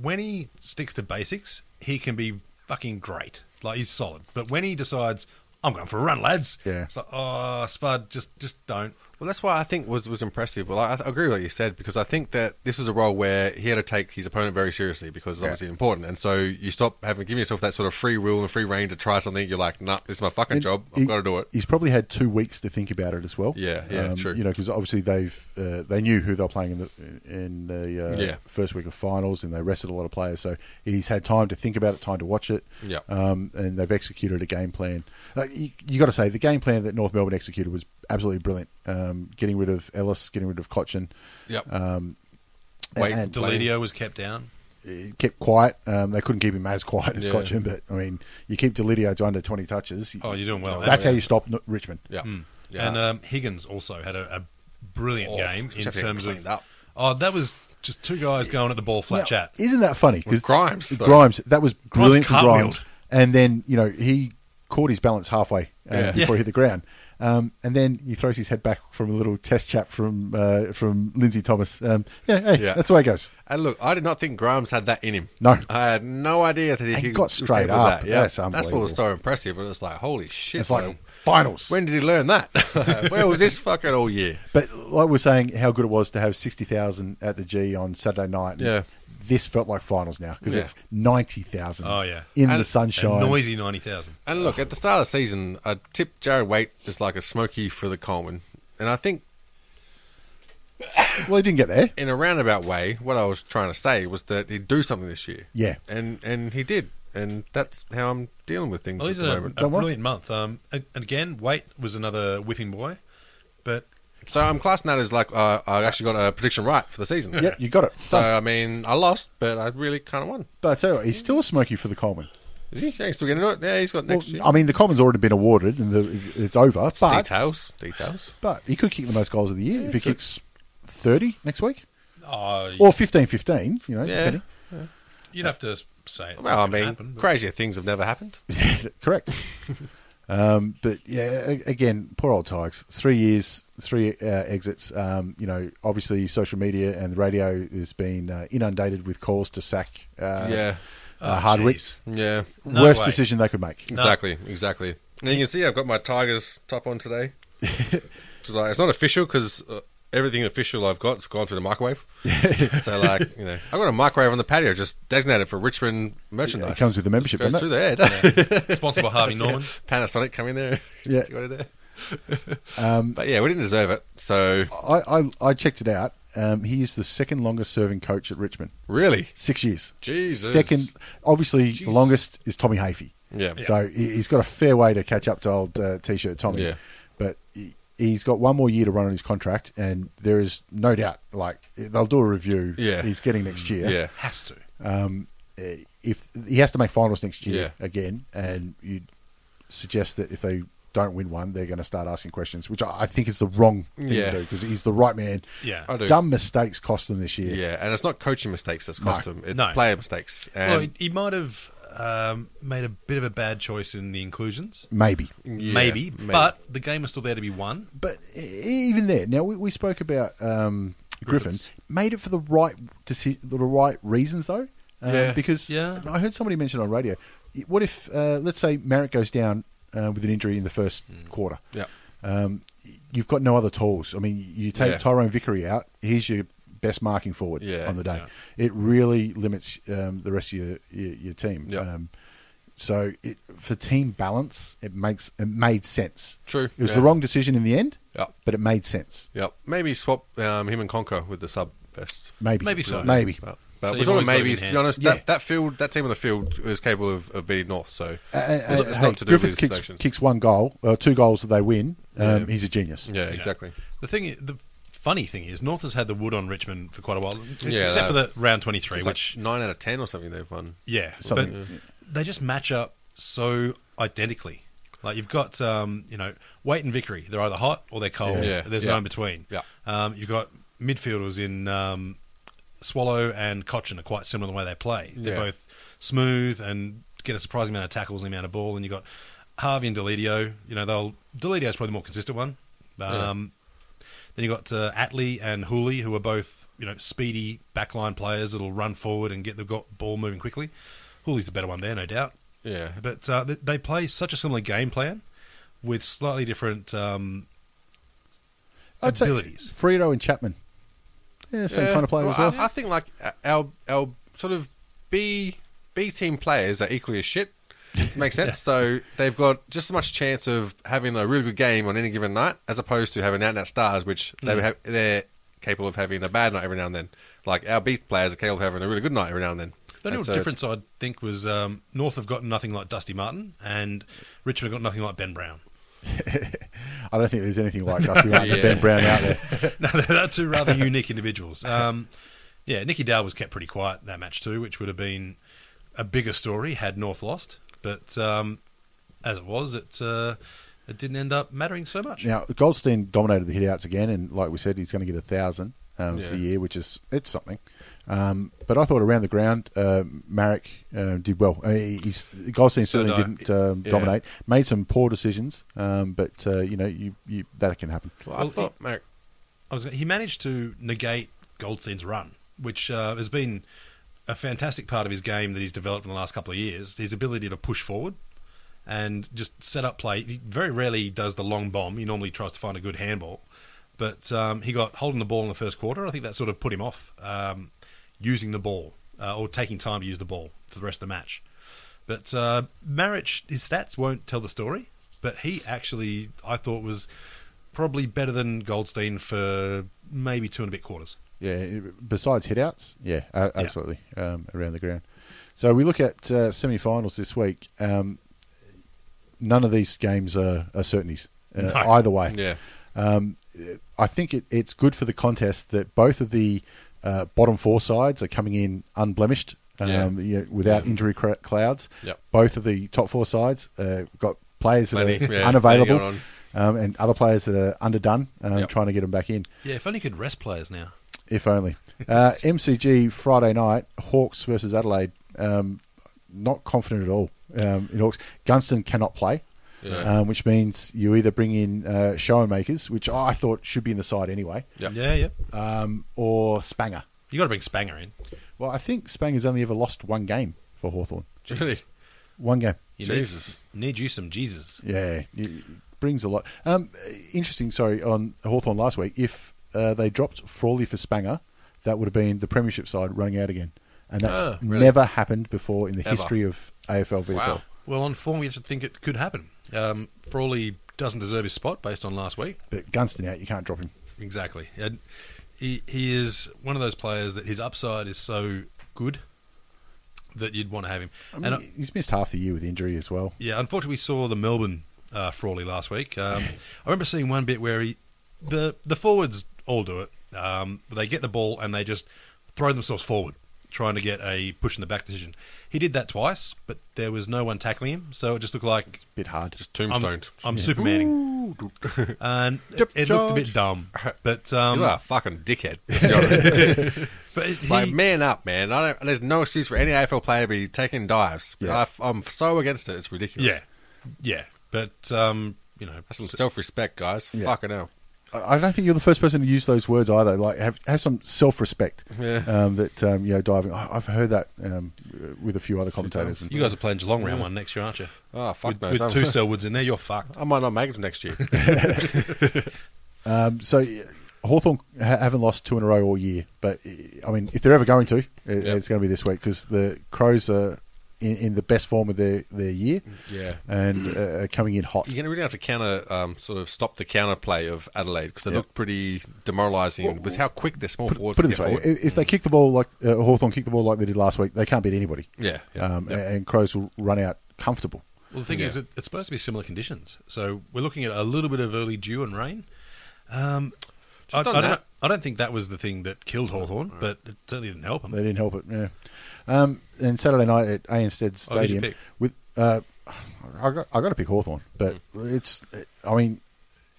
when he sticks to basics, he can be fucking great. Like he's solid. But when he decides, I'm going for a run, lads.
Yeah.
It's like, oh, Spud, just just don't.
Well, that's why I think was was impressive. Well, I, I agree with what you said because I think that this was a role where he had to take his opponent very seriously because it's obviously important, and so you stop having giving yourself that sort of free will and free reign to try something. You're like, nah, this is my fucking
And
job.
he-
I've got to do it.
He's probably had two weeks to think about it as well. Um,
Yeah, yeah, true.
You know, because obviously they've uh, they knew who they were playing in the in the uh,
Yeah.
first week of finals, and they rested a lot of players, so he's had time to think about it, time to watch it.
Yeah.
um, and they've executed a game plan. Like, you, you got to say the game plan that North Melbourne executed was absolutely brilliant. Um, getting rid of Ellis, getting rid of Cochin,
Yep.
um,
Wait,
and-
Delidio was kept down.
it kept quiet. Um, they couldn't keep him as quiet as
Yeah.
Cochin, but I mean, you keep Delidio to under twenty touches.
Oh, you're doing well.
That's
yeah.
how you stop N- Richmond.
yeah.
And um, Higgins also had a, a brilliant
Oh,
game
which
in
had to get
terms of.
cleaned up.
Oh, that was just two guys going at the ball flat
Now,
chat.
Isn't that funny?
With Grimes, though.
Grimes, that was brilliant from Grimes.
cartwheeled.
And then you know he caught his balance halfway uh,
Yeah.
before he hit the ground. Um, and then he throws his head back from a little test chat from uh, from Lindsay Thomas. Um, yeah, hey,
Yeah.
that's the way it goes.
And look, I did not think Grimes had that in him.
No.
I had no idea that he
And
could-
got
could
straight
handle
up.
That. Yeah,
That's
what was
unbelievable.
so impressive. It was like, holy shit!
It's like
like,
finals.
when did he learn that? Where was this fucking all year?
but like we're saying, how good it was to have sixty thousand at the G on Saturday night.
Yeah.
This felt like finals now because
Yeah.
it's ninety thousand.
Oh, yeah.
in
And-
the
and
sunshine.
A noisy 90,000.
And look, at the start of the season, I tipped Jared Waite as like a smoky for the Coleman. And I think
Well, he didn't get there.
in a roundabout way, what I was trying to say was that he'd do something this year.
Yeah.
And and he did. And that's how I'm dealing with things
Well,
at
he's
the
had a,
moment.
a
Don't worry.
brilliant month. Um, and and again, Waite was another whipping boy, but
So I'm classing that as like uh, I actually got a prediction right for the season.
Yep, you got it.
So I mean, I lost, but I really kind of won.
But I tell you what, he's still a smoky for the Coleman.
Is he yeah, he's still getting it? Yeah, he's got
Well,
next year.
I mean, the Common's already been awarded and the, it's over. But,
details, details.
but he could kick the most goals of the year if he kicks 30 next week
Oh,
or 15 15, you know.
Yeah.
you'd have to say it.
Well, I mean, crazier things have never happened.
depending. Correct. um, but yeah, a- again, poor old Tigers. Three years, three uh, exits. Um, you know, obviously, social media and radio has been uh, inundated with calls to sack uh,
yeah,
uh, Hardwick.
jeez.
yeah,
No
Worst
way.
decision they could make.
exactly, exactly. And you can see I've got my Tigers top on today. So, like, it's not official because uh, everything official I've got's gone through the microwave. so like, you know, I've got a microwave on the patio just designated for Richmond merchandise.
Yeah, it comes with the membership,
Goes
doesn't
through
it?
there. doesn't it?
Sponsored by Harvey Norman.
Panasonic come in there.
Yeah. Um,
Got it there. but yeah, we didn't deserve it. So
I, I, I checked it out. Um, he is the second longest serving coach at Richmond.
really,
Six years.
Jesus.
Second, obviously, the longest is Tommy Hafey.
Yeah. Yeah.
So he- he's got a fair way to catch up to old uh, T-shirt Tommy.
Yeah.
But he- he's got one more year to run on his contract, and there is no doubt, like, they'll do a review
Yeah.
he's getting next year.
yeah,
Has to.
Uh, If he has to make finals next year
Yeah.
again, and you suggest that if they don't win one, they're going to start asking questions, which I I think is the wrong thing
Yeah.
to do because he's the right man.
Yeah.
I do.
Dumb mistakes cost them this year.
yeah, and it's not coaching mistakes that's cost
No.
him; it's
No.
player mistakes. And
Well, he, he might have um, made a bit of a bad choice in the inclusions.
Maybe.
Yeah,
maybe, but the game is still there to be won.
But e- even there, now we, we spoke about um, Griffin
Griffiths.
made it for the right deci- the right reasons though, um,
Yeah.
because
Yeah.
I heard somebody mention on radio. What if uh, let's say Merritt goes down uh, with an injury in the first quarter?
Hmm. Yeah.
um, you've got no other tools. I mean, you take
Yeah.
Tyrone Vickery out. He's your best marking forward
Yeah,
on the day. It really limits um, the rest of your your, your team.
Yeah.
Um, so it, for team balance, it makes it made sense.
True,
It was
yeah.
the wrong decision in the end.
Yeah.
But it made sense.
Yep. Maybe swap um, him and Conker with the sub vest.
Maybe.
Maybe so.
Maybe.
But,
So
but
you've
we're
always
talking
got it in
maybes, to be
hand.
honest.
Yeah.
That, that field, that team on the field is capable of, of beating North. So
Uh, uh,
it's, it's
hey,
not to do
Griffiths
with
kicks,
selections.
kicks one goal, uh, two goals that they win. Um,
Yeah.
He's a genius.
Yeah,
Yeah.
exactly.
The thing, i- the funny thing is, North has had the wood on Richmond for quite a while, e-,
Yeah,
except for
they
the round twenty three,
It's
which
like nine out of ten or something they've won.
yeah,
Something,
but they just match up so identically. Like you've got, um, you know, Wait and Vickery. They're either hot or they're cold.
Yeah.
There's
Yeah.
no in between.
Yeah.
Um, you've got midfielders in um, Swallow and Cochin are quite similar in the way they play. They're
Yeah.
both smooth and get a surprising amount of tackles and amount of ball. And you've got Harvey and Delidio. You know, they'll Delidio's probably the more consistent one. Um, Then you've got uh, Atley and Hooley, who are both, you know, speedy backline players that'll run forward and get the go- ball moving quickly. Hooley's the better one there, no doubt.
Yeah.
But uh, th- they play such a similar game plan with slightly different um,
I'd say
abilities.
Frito and Chapman. Yeah, same
Yeah.
kind of player as well.
I, I think like uh, our our sort of B B team players are equally as shit. Makes sense. So they've got just as much chance of having a really good game on any given night as opposed to having out and out stars, which
Mm.
they have, they're capable of having a bad night every now and then. Like our B players are capable of having a really good night every now and then.
The only
And so it's-
difference I'd think was um, North have got nothing like Dusty Martin, and Richmond have got nothing like Ben Brown.
I don't think there's anything like Dusty Martin and
Yeah.
Ben Brown out there.
no, they're they're two rather unique individuals. Um, yeah, Nicky Dale was kept pretty quiet in that match too, which would have been a bigger story had North lost. But um, as it was, it uh, it didn't end up mattering so much.
Now Goldstein dominated the hitouts again, and like we said, he's going to get a thousand um, for
Yeah.
the year, which is it's something. Um, but I thought around the ground, uh, Marek uh, did well. Uh, he- he's, Goldstein certainly
did I.
didn't um,
Yeah.
dominate. Made some poor decisions, um, but uh, you know you, you that can happen.
Well, I
Well,
thought, mate,
I was, he managed to negate Goldstein's run, which uh, has been a fantastic part of his game that he's developed in the last couple of years. His ability to push forward and just set up play. He very rarely does the long bomb. He normally tries to find a good handball, but um, he got holding the ball in the first quarter. I think that sort of put him off um, using the ball uh, or taking time to use the ball for the rest of the match. But uh, Maric, his stats won't tell the story, but he actually, I thought, was probably better than Goldstein for maybe two and a bit quarters.
Yeah, besides hitouts, yeah, a- absolutely Um, around the ground. So we look at uh, semi-finals this week. Um, none of these games are, are certainties uh,
No.
either way.
yeah,
I think it, it's good for the contest that both of the uh, bottom four sides are coming in unblemished um, yeah, without
Yeah.
injury cra- clouds.
Yep.
Both of the top four sides uh, got players that
Plenty,
are
yeah, plenty
unavailable
going
um, and other players that are underdone, um,
Yep.
trying to get them back in,
Yeah, if only you could rest players now.
if only. Uh, MCG Friday night, Hawks versus Adelaide. Um, not confident at all um, in Hawks. Gunston cannot play.
Yeah.
Um, which means you either bring in uh, show makers, which I thought should be in the side anyway,
Yep.
Yeah, yeah.
um, or Spanger.
You got to bring Spanger in.
Well, I think Spanger's only ever lost one game for Hawthorn.
Really?
One game.
You
Jesus.
Need, need you some Jesus.
Yeah, it it brings a lot. Um, interesting, sorry, on Hawthorn last week, if uh, they dropped Frawley for Spanger, that would have been the Premiership side running out again. And that's
Oh, really?
never happened before in the
Ever.
history of AFL VFL.
Wow.
Well, on form, you should think it could happen. Um, Frawley doesn't deserve his spot based on last week.
But Gunston out, you can't drop him.
Exactly. And he he is one of those players that his upside is so good that you'd want to have him.
I mean,
and uh,
he's missed half the year with injury as well.
yeah, unfortunately, we saw the Melbourne uh, Frawley last week. Um, I remember seeing one bit where he the the forwards all do it. Um, they get the ball and they just throw themselves forward, trying to get a push in the back decision. He did that twice, but there was no one tackling him, so it just looked like
Bit hard.
Just
I'm,
tombstoned.
I'm Supermaning, and it,
Dip
it looked a
charge.
bit dumb. But um,
You are a fucking dickhead. Let's be honest.
but he,
like, man up, man. I don't, there's no excuse for any AFL player to be taking dives.
Yeah.
I, am so against it. It's ridiculous.
Yeah, yeah, but um, you know,
Have some
so-
self respect, guys.
Yeah.
Fucking hell.
I I don't think you're the first person to use those words either. Like, have have some self respect.
Yeah.
Um, that um, you know, diving. I, I've heard that um, with a few other commentators. And,
you guys are playing Geelong round one next year, aren't you?
Oh, fuck
With,
no.
with
So-
two Selwoods in there, you're fucked.
I might not make it to next year.
um, so Hawthorn ha- haven't lost two in a row all year, but I mean, if they're ever going to, it,
Yeah.
it's going to be this week because the Crows are in, in the best form of their their year.
Yeah.
and uh, are coming in hot.
You're going to really have to counter, um, sort of stop the counter play of Adelaide because they
Yeah.
look pretty demoralising with how quick their small forwards
Put it
get
this way:
forward.
if if they kick the ball like uh, Hawthorn kicked the ball like they did last week, they can't beat anybody.
yeah. yeah,
um,
yeah.
And Crows will run out comfortable.
Well, the thing
Yeah.
is, it, it's supposed to be similar conditions, so we're looking at a little bit of early dew and rain. Um, I, I,
done
don't,
that.
know- I don't think that was the thing that killed Hawthorn, but it certainly didn't help
They
him.
didn't help it. Yeah. Um, and Saturday night at ANZ
Oh, who'd you
Stadium
pick?
with uh, I got I got to pick Hawthorn, but
Hmm.
it's I mean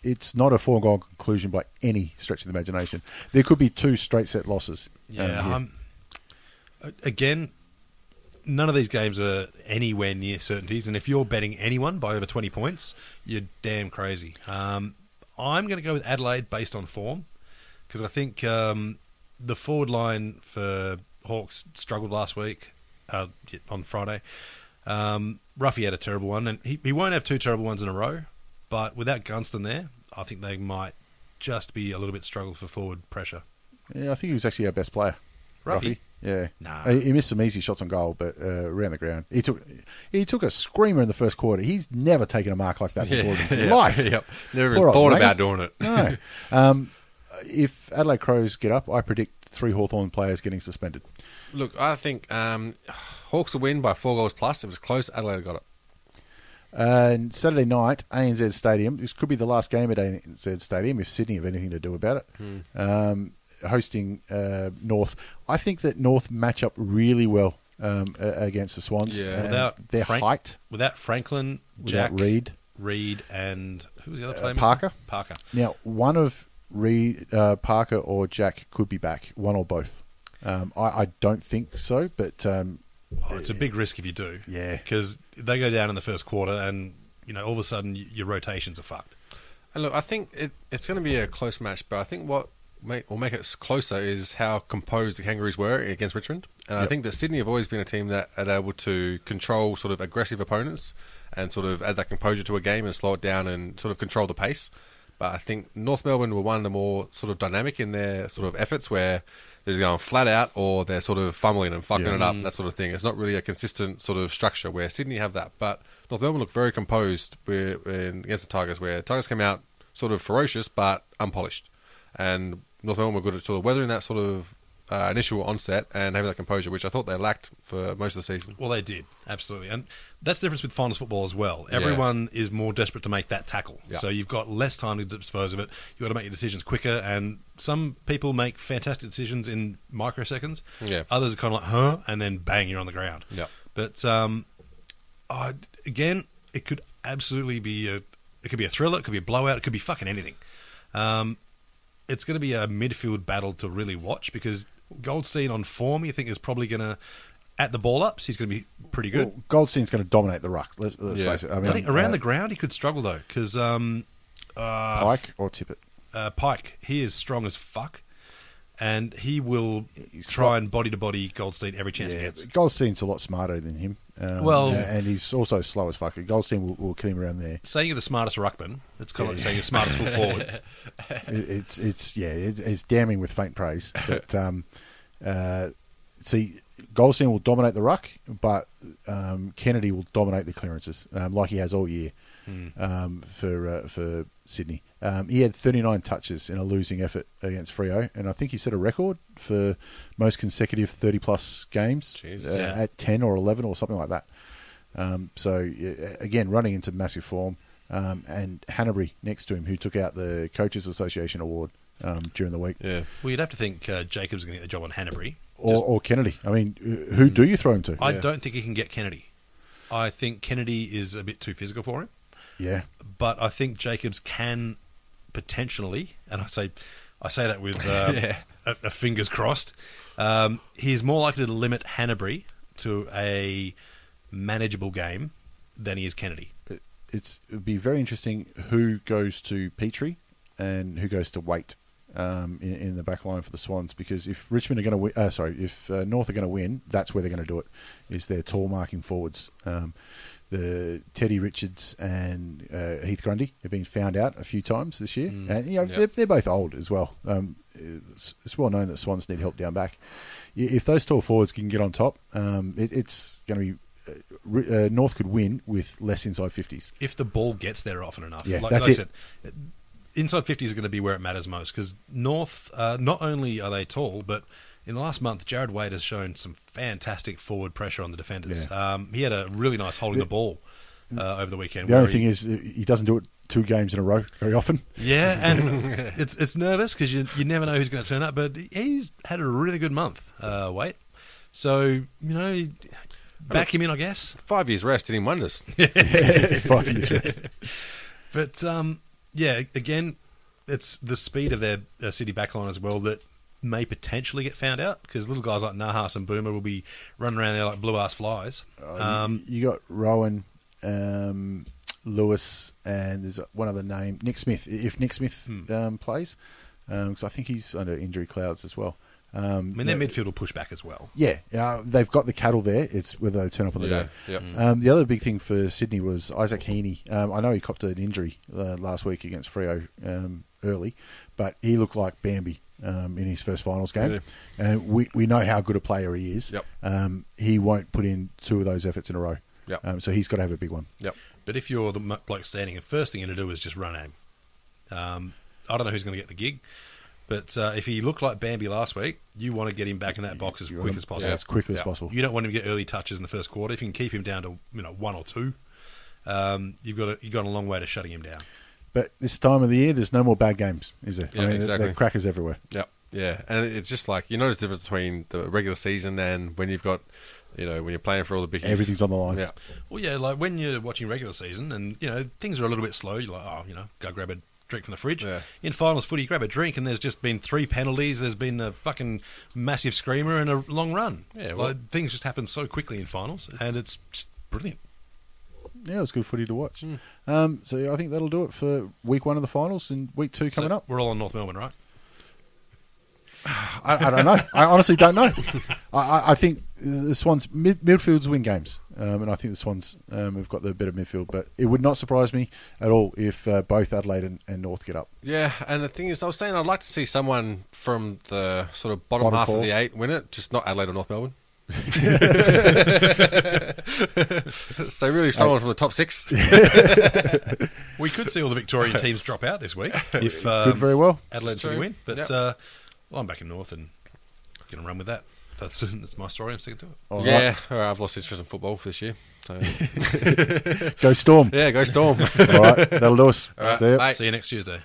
it's not a foregone conclusion by any stretch of the imagination. There could be two straight set losses.
Yeah,
um, here.
um, a- again, none of these games are anywhere near certainties, and if you're betting anyone by over 20 points, you're damn crazy. Um, I'm going to go with Adelaide based on form because I think um, the forward line for Hawks struggled last week uh, yeah, on Friday. Um, Ruffy had a terrible one, and he, he won't have two terrible ones in a row, but without Gunston there, I think they might just be a little bit struggled for forward pressure.
yeah, I think he was actually our best player.
Ruffy?
Yeah, Uh,
Nah.
he, he missed some easy shots on goal, but uh, around the ground, he took he took a screamer in the first quarter. He's never taken a mark like that before in his
Yeah.
life.
Yep.
Poor
Never even
old
thought
mate.
about doing it.
No. um, if Adelaide Crows get up, I predict three Hawthorn players getting suspended.
Look, I think um, Hawks will win by four goals plus. It was close. Adelaide got it.
And Saturday night, ANZ Stadium. This could be the last game at ANZ Stadium if Sydney have anything to do about it.
Hmm.
Um, hosting uh, North, I think that North match up really well um, a- against the Swans.
Yeah.
And
Without
their
Frank-
height,
Without Franklin, Jack
without Reed. Uh,
Reed, and who was the other player?
Parker?
Parker.
Now, one of Reed, uh, Parker, or Jack could be back. One or both. Um, I, I don't think so, but um,
Oh, it's a big risk if you do.
Yeah.
Because they go down in the first quarter, and you know all of a sudden y- your rotations are fucked.
And look, I think it, it's going to be a close match, but I think what make, will make it s- closer is how composed the Kangaroos were against Richmond. And I
Yep.
think that Sydney have always been a team that are able to control sort of aggressive opponents and sort of add that composure to a game and slow it down and sort of control the pace. But I think North Melbourne were one of the more sort of dynamic in their sort of efforts where they're going flat out or they're sort of fumbling and fucking
Yeah.
it up, that sort of thing. It's not really a consistent sort of structure where Sydney have that. But North Melbourne looked very composed where, when, against the Tigers, where Tigers came out sort of ferocious but unpolished. And North Melbourne were good at sort of weathering that sort of uh, initial onset and having that composure, which I thought they lacked for most of the season.
Well, they did absolutely, and that's the difference with finals football as well. Everyone is more desperate to make that tackle,
Yeah.
so you've got less time to dispose of it. You got to make your decisions quicker, and some people make fantastic decisions in microseconds.
Yeah.
others are kind of like huh, and then bang, you're on the ground.
Yeah.
but um, I again, it could absolutely be a it could be a thriller, it could be a blowout, it could be fucking anything. Um, it's going to be a midfield battle to really watch because Goldstein on form, you think is probably going to at the ball ups, he's going to be pretty good.
Well, Goldstein's going to dominate the ruck. Let's, let's
Yeah.
face it. I
I,
mean,
think around
uh,
the ground he could struggle though because um, uh,
Pike or Tippett.
uh, Pike, he is strong as fuck, and he will
He's
try
not-
and body to body Goldstein every chance he
Yeah,
gets.
Goldstein's a lot smarter than him. Um,
Well-
a- and he's also slow as fuck. Goldstein will, will kill him around there.
Saying you're the smartest ruckman, it's kind of like saying you're the smartest full forward.
It, it's it's yeah, it, it's damning with faint praise. But um, uh, see, Goldstein will dominate the ruck, but um, Kennedy will dominate the clearances um, like he has all year um, for uh, for Sydney. Um, he had 39 touches in a losing effort against Frio, and I think he set a record for most consecutive 30 plus games
Jeez.
uh,
Yeah.
at 10 or 11 or something like that. Um, so uh, again, running into massive form, um, and Hanbury next to him, who took out the Coaches Association award um, during the week,
Yeah.
Well, you'd have to think uh, Jacob's going to get the job on Hanbury.
or, or Kennedy. I mean, wh- who do you throw him to?
I
Yeah.
don't think he can get Kennedy. I think Kennedy is a bit too physical for him.
yeah,
but I think Jacobs can potentially, and I say, I say that with uh, a, a fingers crossed. Um, he is more likely to limit Hanbury to a manageable game than he is Kennedy.
It- it's it'd be very interesting who goes to Petrie and who goes to Waite um, in, in the back line for the Swans because if Richmond are going to win, uh, sorry, if uh, North are going to win, that's where they're going to do it. Is their tall marking forwards. Um, the Teddy Richards and uh, Heath Grundy have been found out a few times this year, and you know
Yeah.
they're, they're both old as well. Um, it's, it's well known that Swans need help down back. I- If those tall forwards can get on top, um, it, it's going to be uh, Ri- uh, North could win with less inside fifties.
If the ball gets there often enough,
Yeah,
like,
that's
like I
it.
said, inside 50 is going to be where it matters most because North, uh, not only are they tall, but in the last month, Jared Wade has shown some fantastic forward pressure on the defenders. Um, he had a really nice holding the ball uh, over the weekend.
The
where
only
he-
thing is, uh, he doesn't do it two games in a row very often.
Yeah, and it's it's nervous because you you never know who's going to turn up. But he's had a really good month. Uh, wait, so you know, back him in, I guess.
Five years rest, any wonders.
Five years. rest.
But um, yeah, again, it's the speed of their uh, city backline as well that may potentially get found out because little guys like Nahas and Boomer will be running around there like blue ass flies.
Um,
Um,
you got Rowan, um, Lewis, and there's one other name, Nick Smith. I- If Nick Smith
Hmm.
um, plays, because I think he's under injury clouds as well. Um,
I mean, their
yeah,
midfield will push back as well.
yeah, uh, they've got the cattle there. It's whether they turn up on the
Yeah,
day.
yeah. Mm.
Um, the other big thing for Sydney was Isaac Heaney. Um, I know he copped an injury uh, last week against Frio um, early, but he looked like Bambi um, in his first finals game.
Yeah.
And we, we know how good a player he is.
Yep.
Um, he won't put in two of those efforts in a row.
Yep.
Um, so he's got to have a big one.
Yep.
But if you're the mo- bloke standing, the first thing you're going to do is just run at him. Um, I don't know who's going to get the gig, but uh, if he looked like Bambi last week, you want to get him back in that box as
You
quick
want
as
him-
possible.
yeah, as quickly as
Yeah.
possible.
You don't want him to get early touches in the first quarter. If you can keep him down to you know one or two, um, you've got a, you've got a long way to shutting him down.
But this time of the year, there's no more bad games, is there?
Yeah,
I mean,
exactly.
they're crackers everywhere.
Yeah, yeah, and it- it's just like you notice the difference between the regular season and when you've got, you know, when you're playing for all the big.
Everything's on the line.
Yeah,
Well, yeah, like when you're watching regular season and you know things are a little bit slow, you're like, oh, you know, go grab a drink from the fridge.
Yeah.
In finals footy, you grab a drink, and there's just been three penalties. There's been a fucking massive screamer and a long run.
Yeah, well-
like things just happen so quickly in finals, and it's just brilliant.
Yeah, it was good footy to watch. Um, so I think that'll do it for week one of the finals and week two coming
So
up.
we're all on North Melbourne, right?
I, I don't know. I honestly don't know. I, I, I think the Swans mid, midfields win games, um, and I think the Swans um, have got the better midfield. But it would not surprise me at all if uh, both Adelaide and, and North get up.
yeah, and the thing is, I was saying I'd like to see someone from the sort of bottom,
Bottom
half
four.
of the eight win it, just not Adelaide or North Melbourne. so really, someone from the top six.
We could see all the Victorian teams drop out this week if
Could
um,
very well.
Adelaide
This is
City
true.
win, but
Yep.
uh, well, I'm back in North and going to run with that. That's, that's my story. I'm sticking to it.
All
yeah,
right.
all right, I've lost interest in football for this year. So
Go Storm.
yeah, go Storm.
All right. That'll do us.
All right,
See ya.
bye.
See you next Tuesday.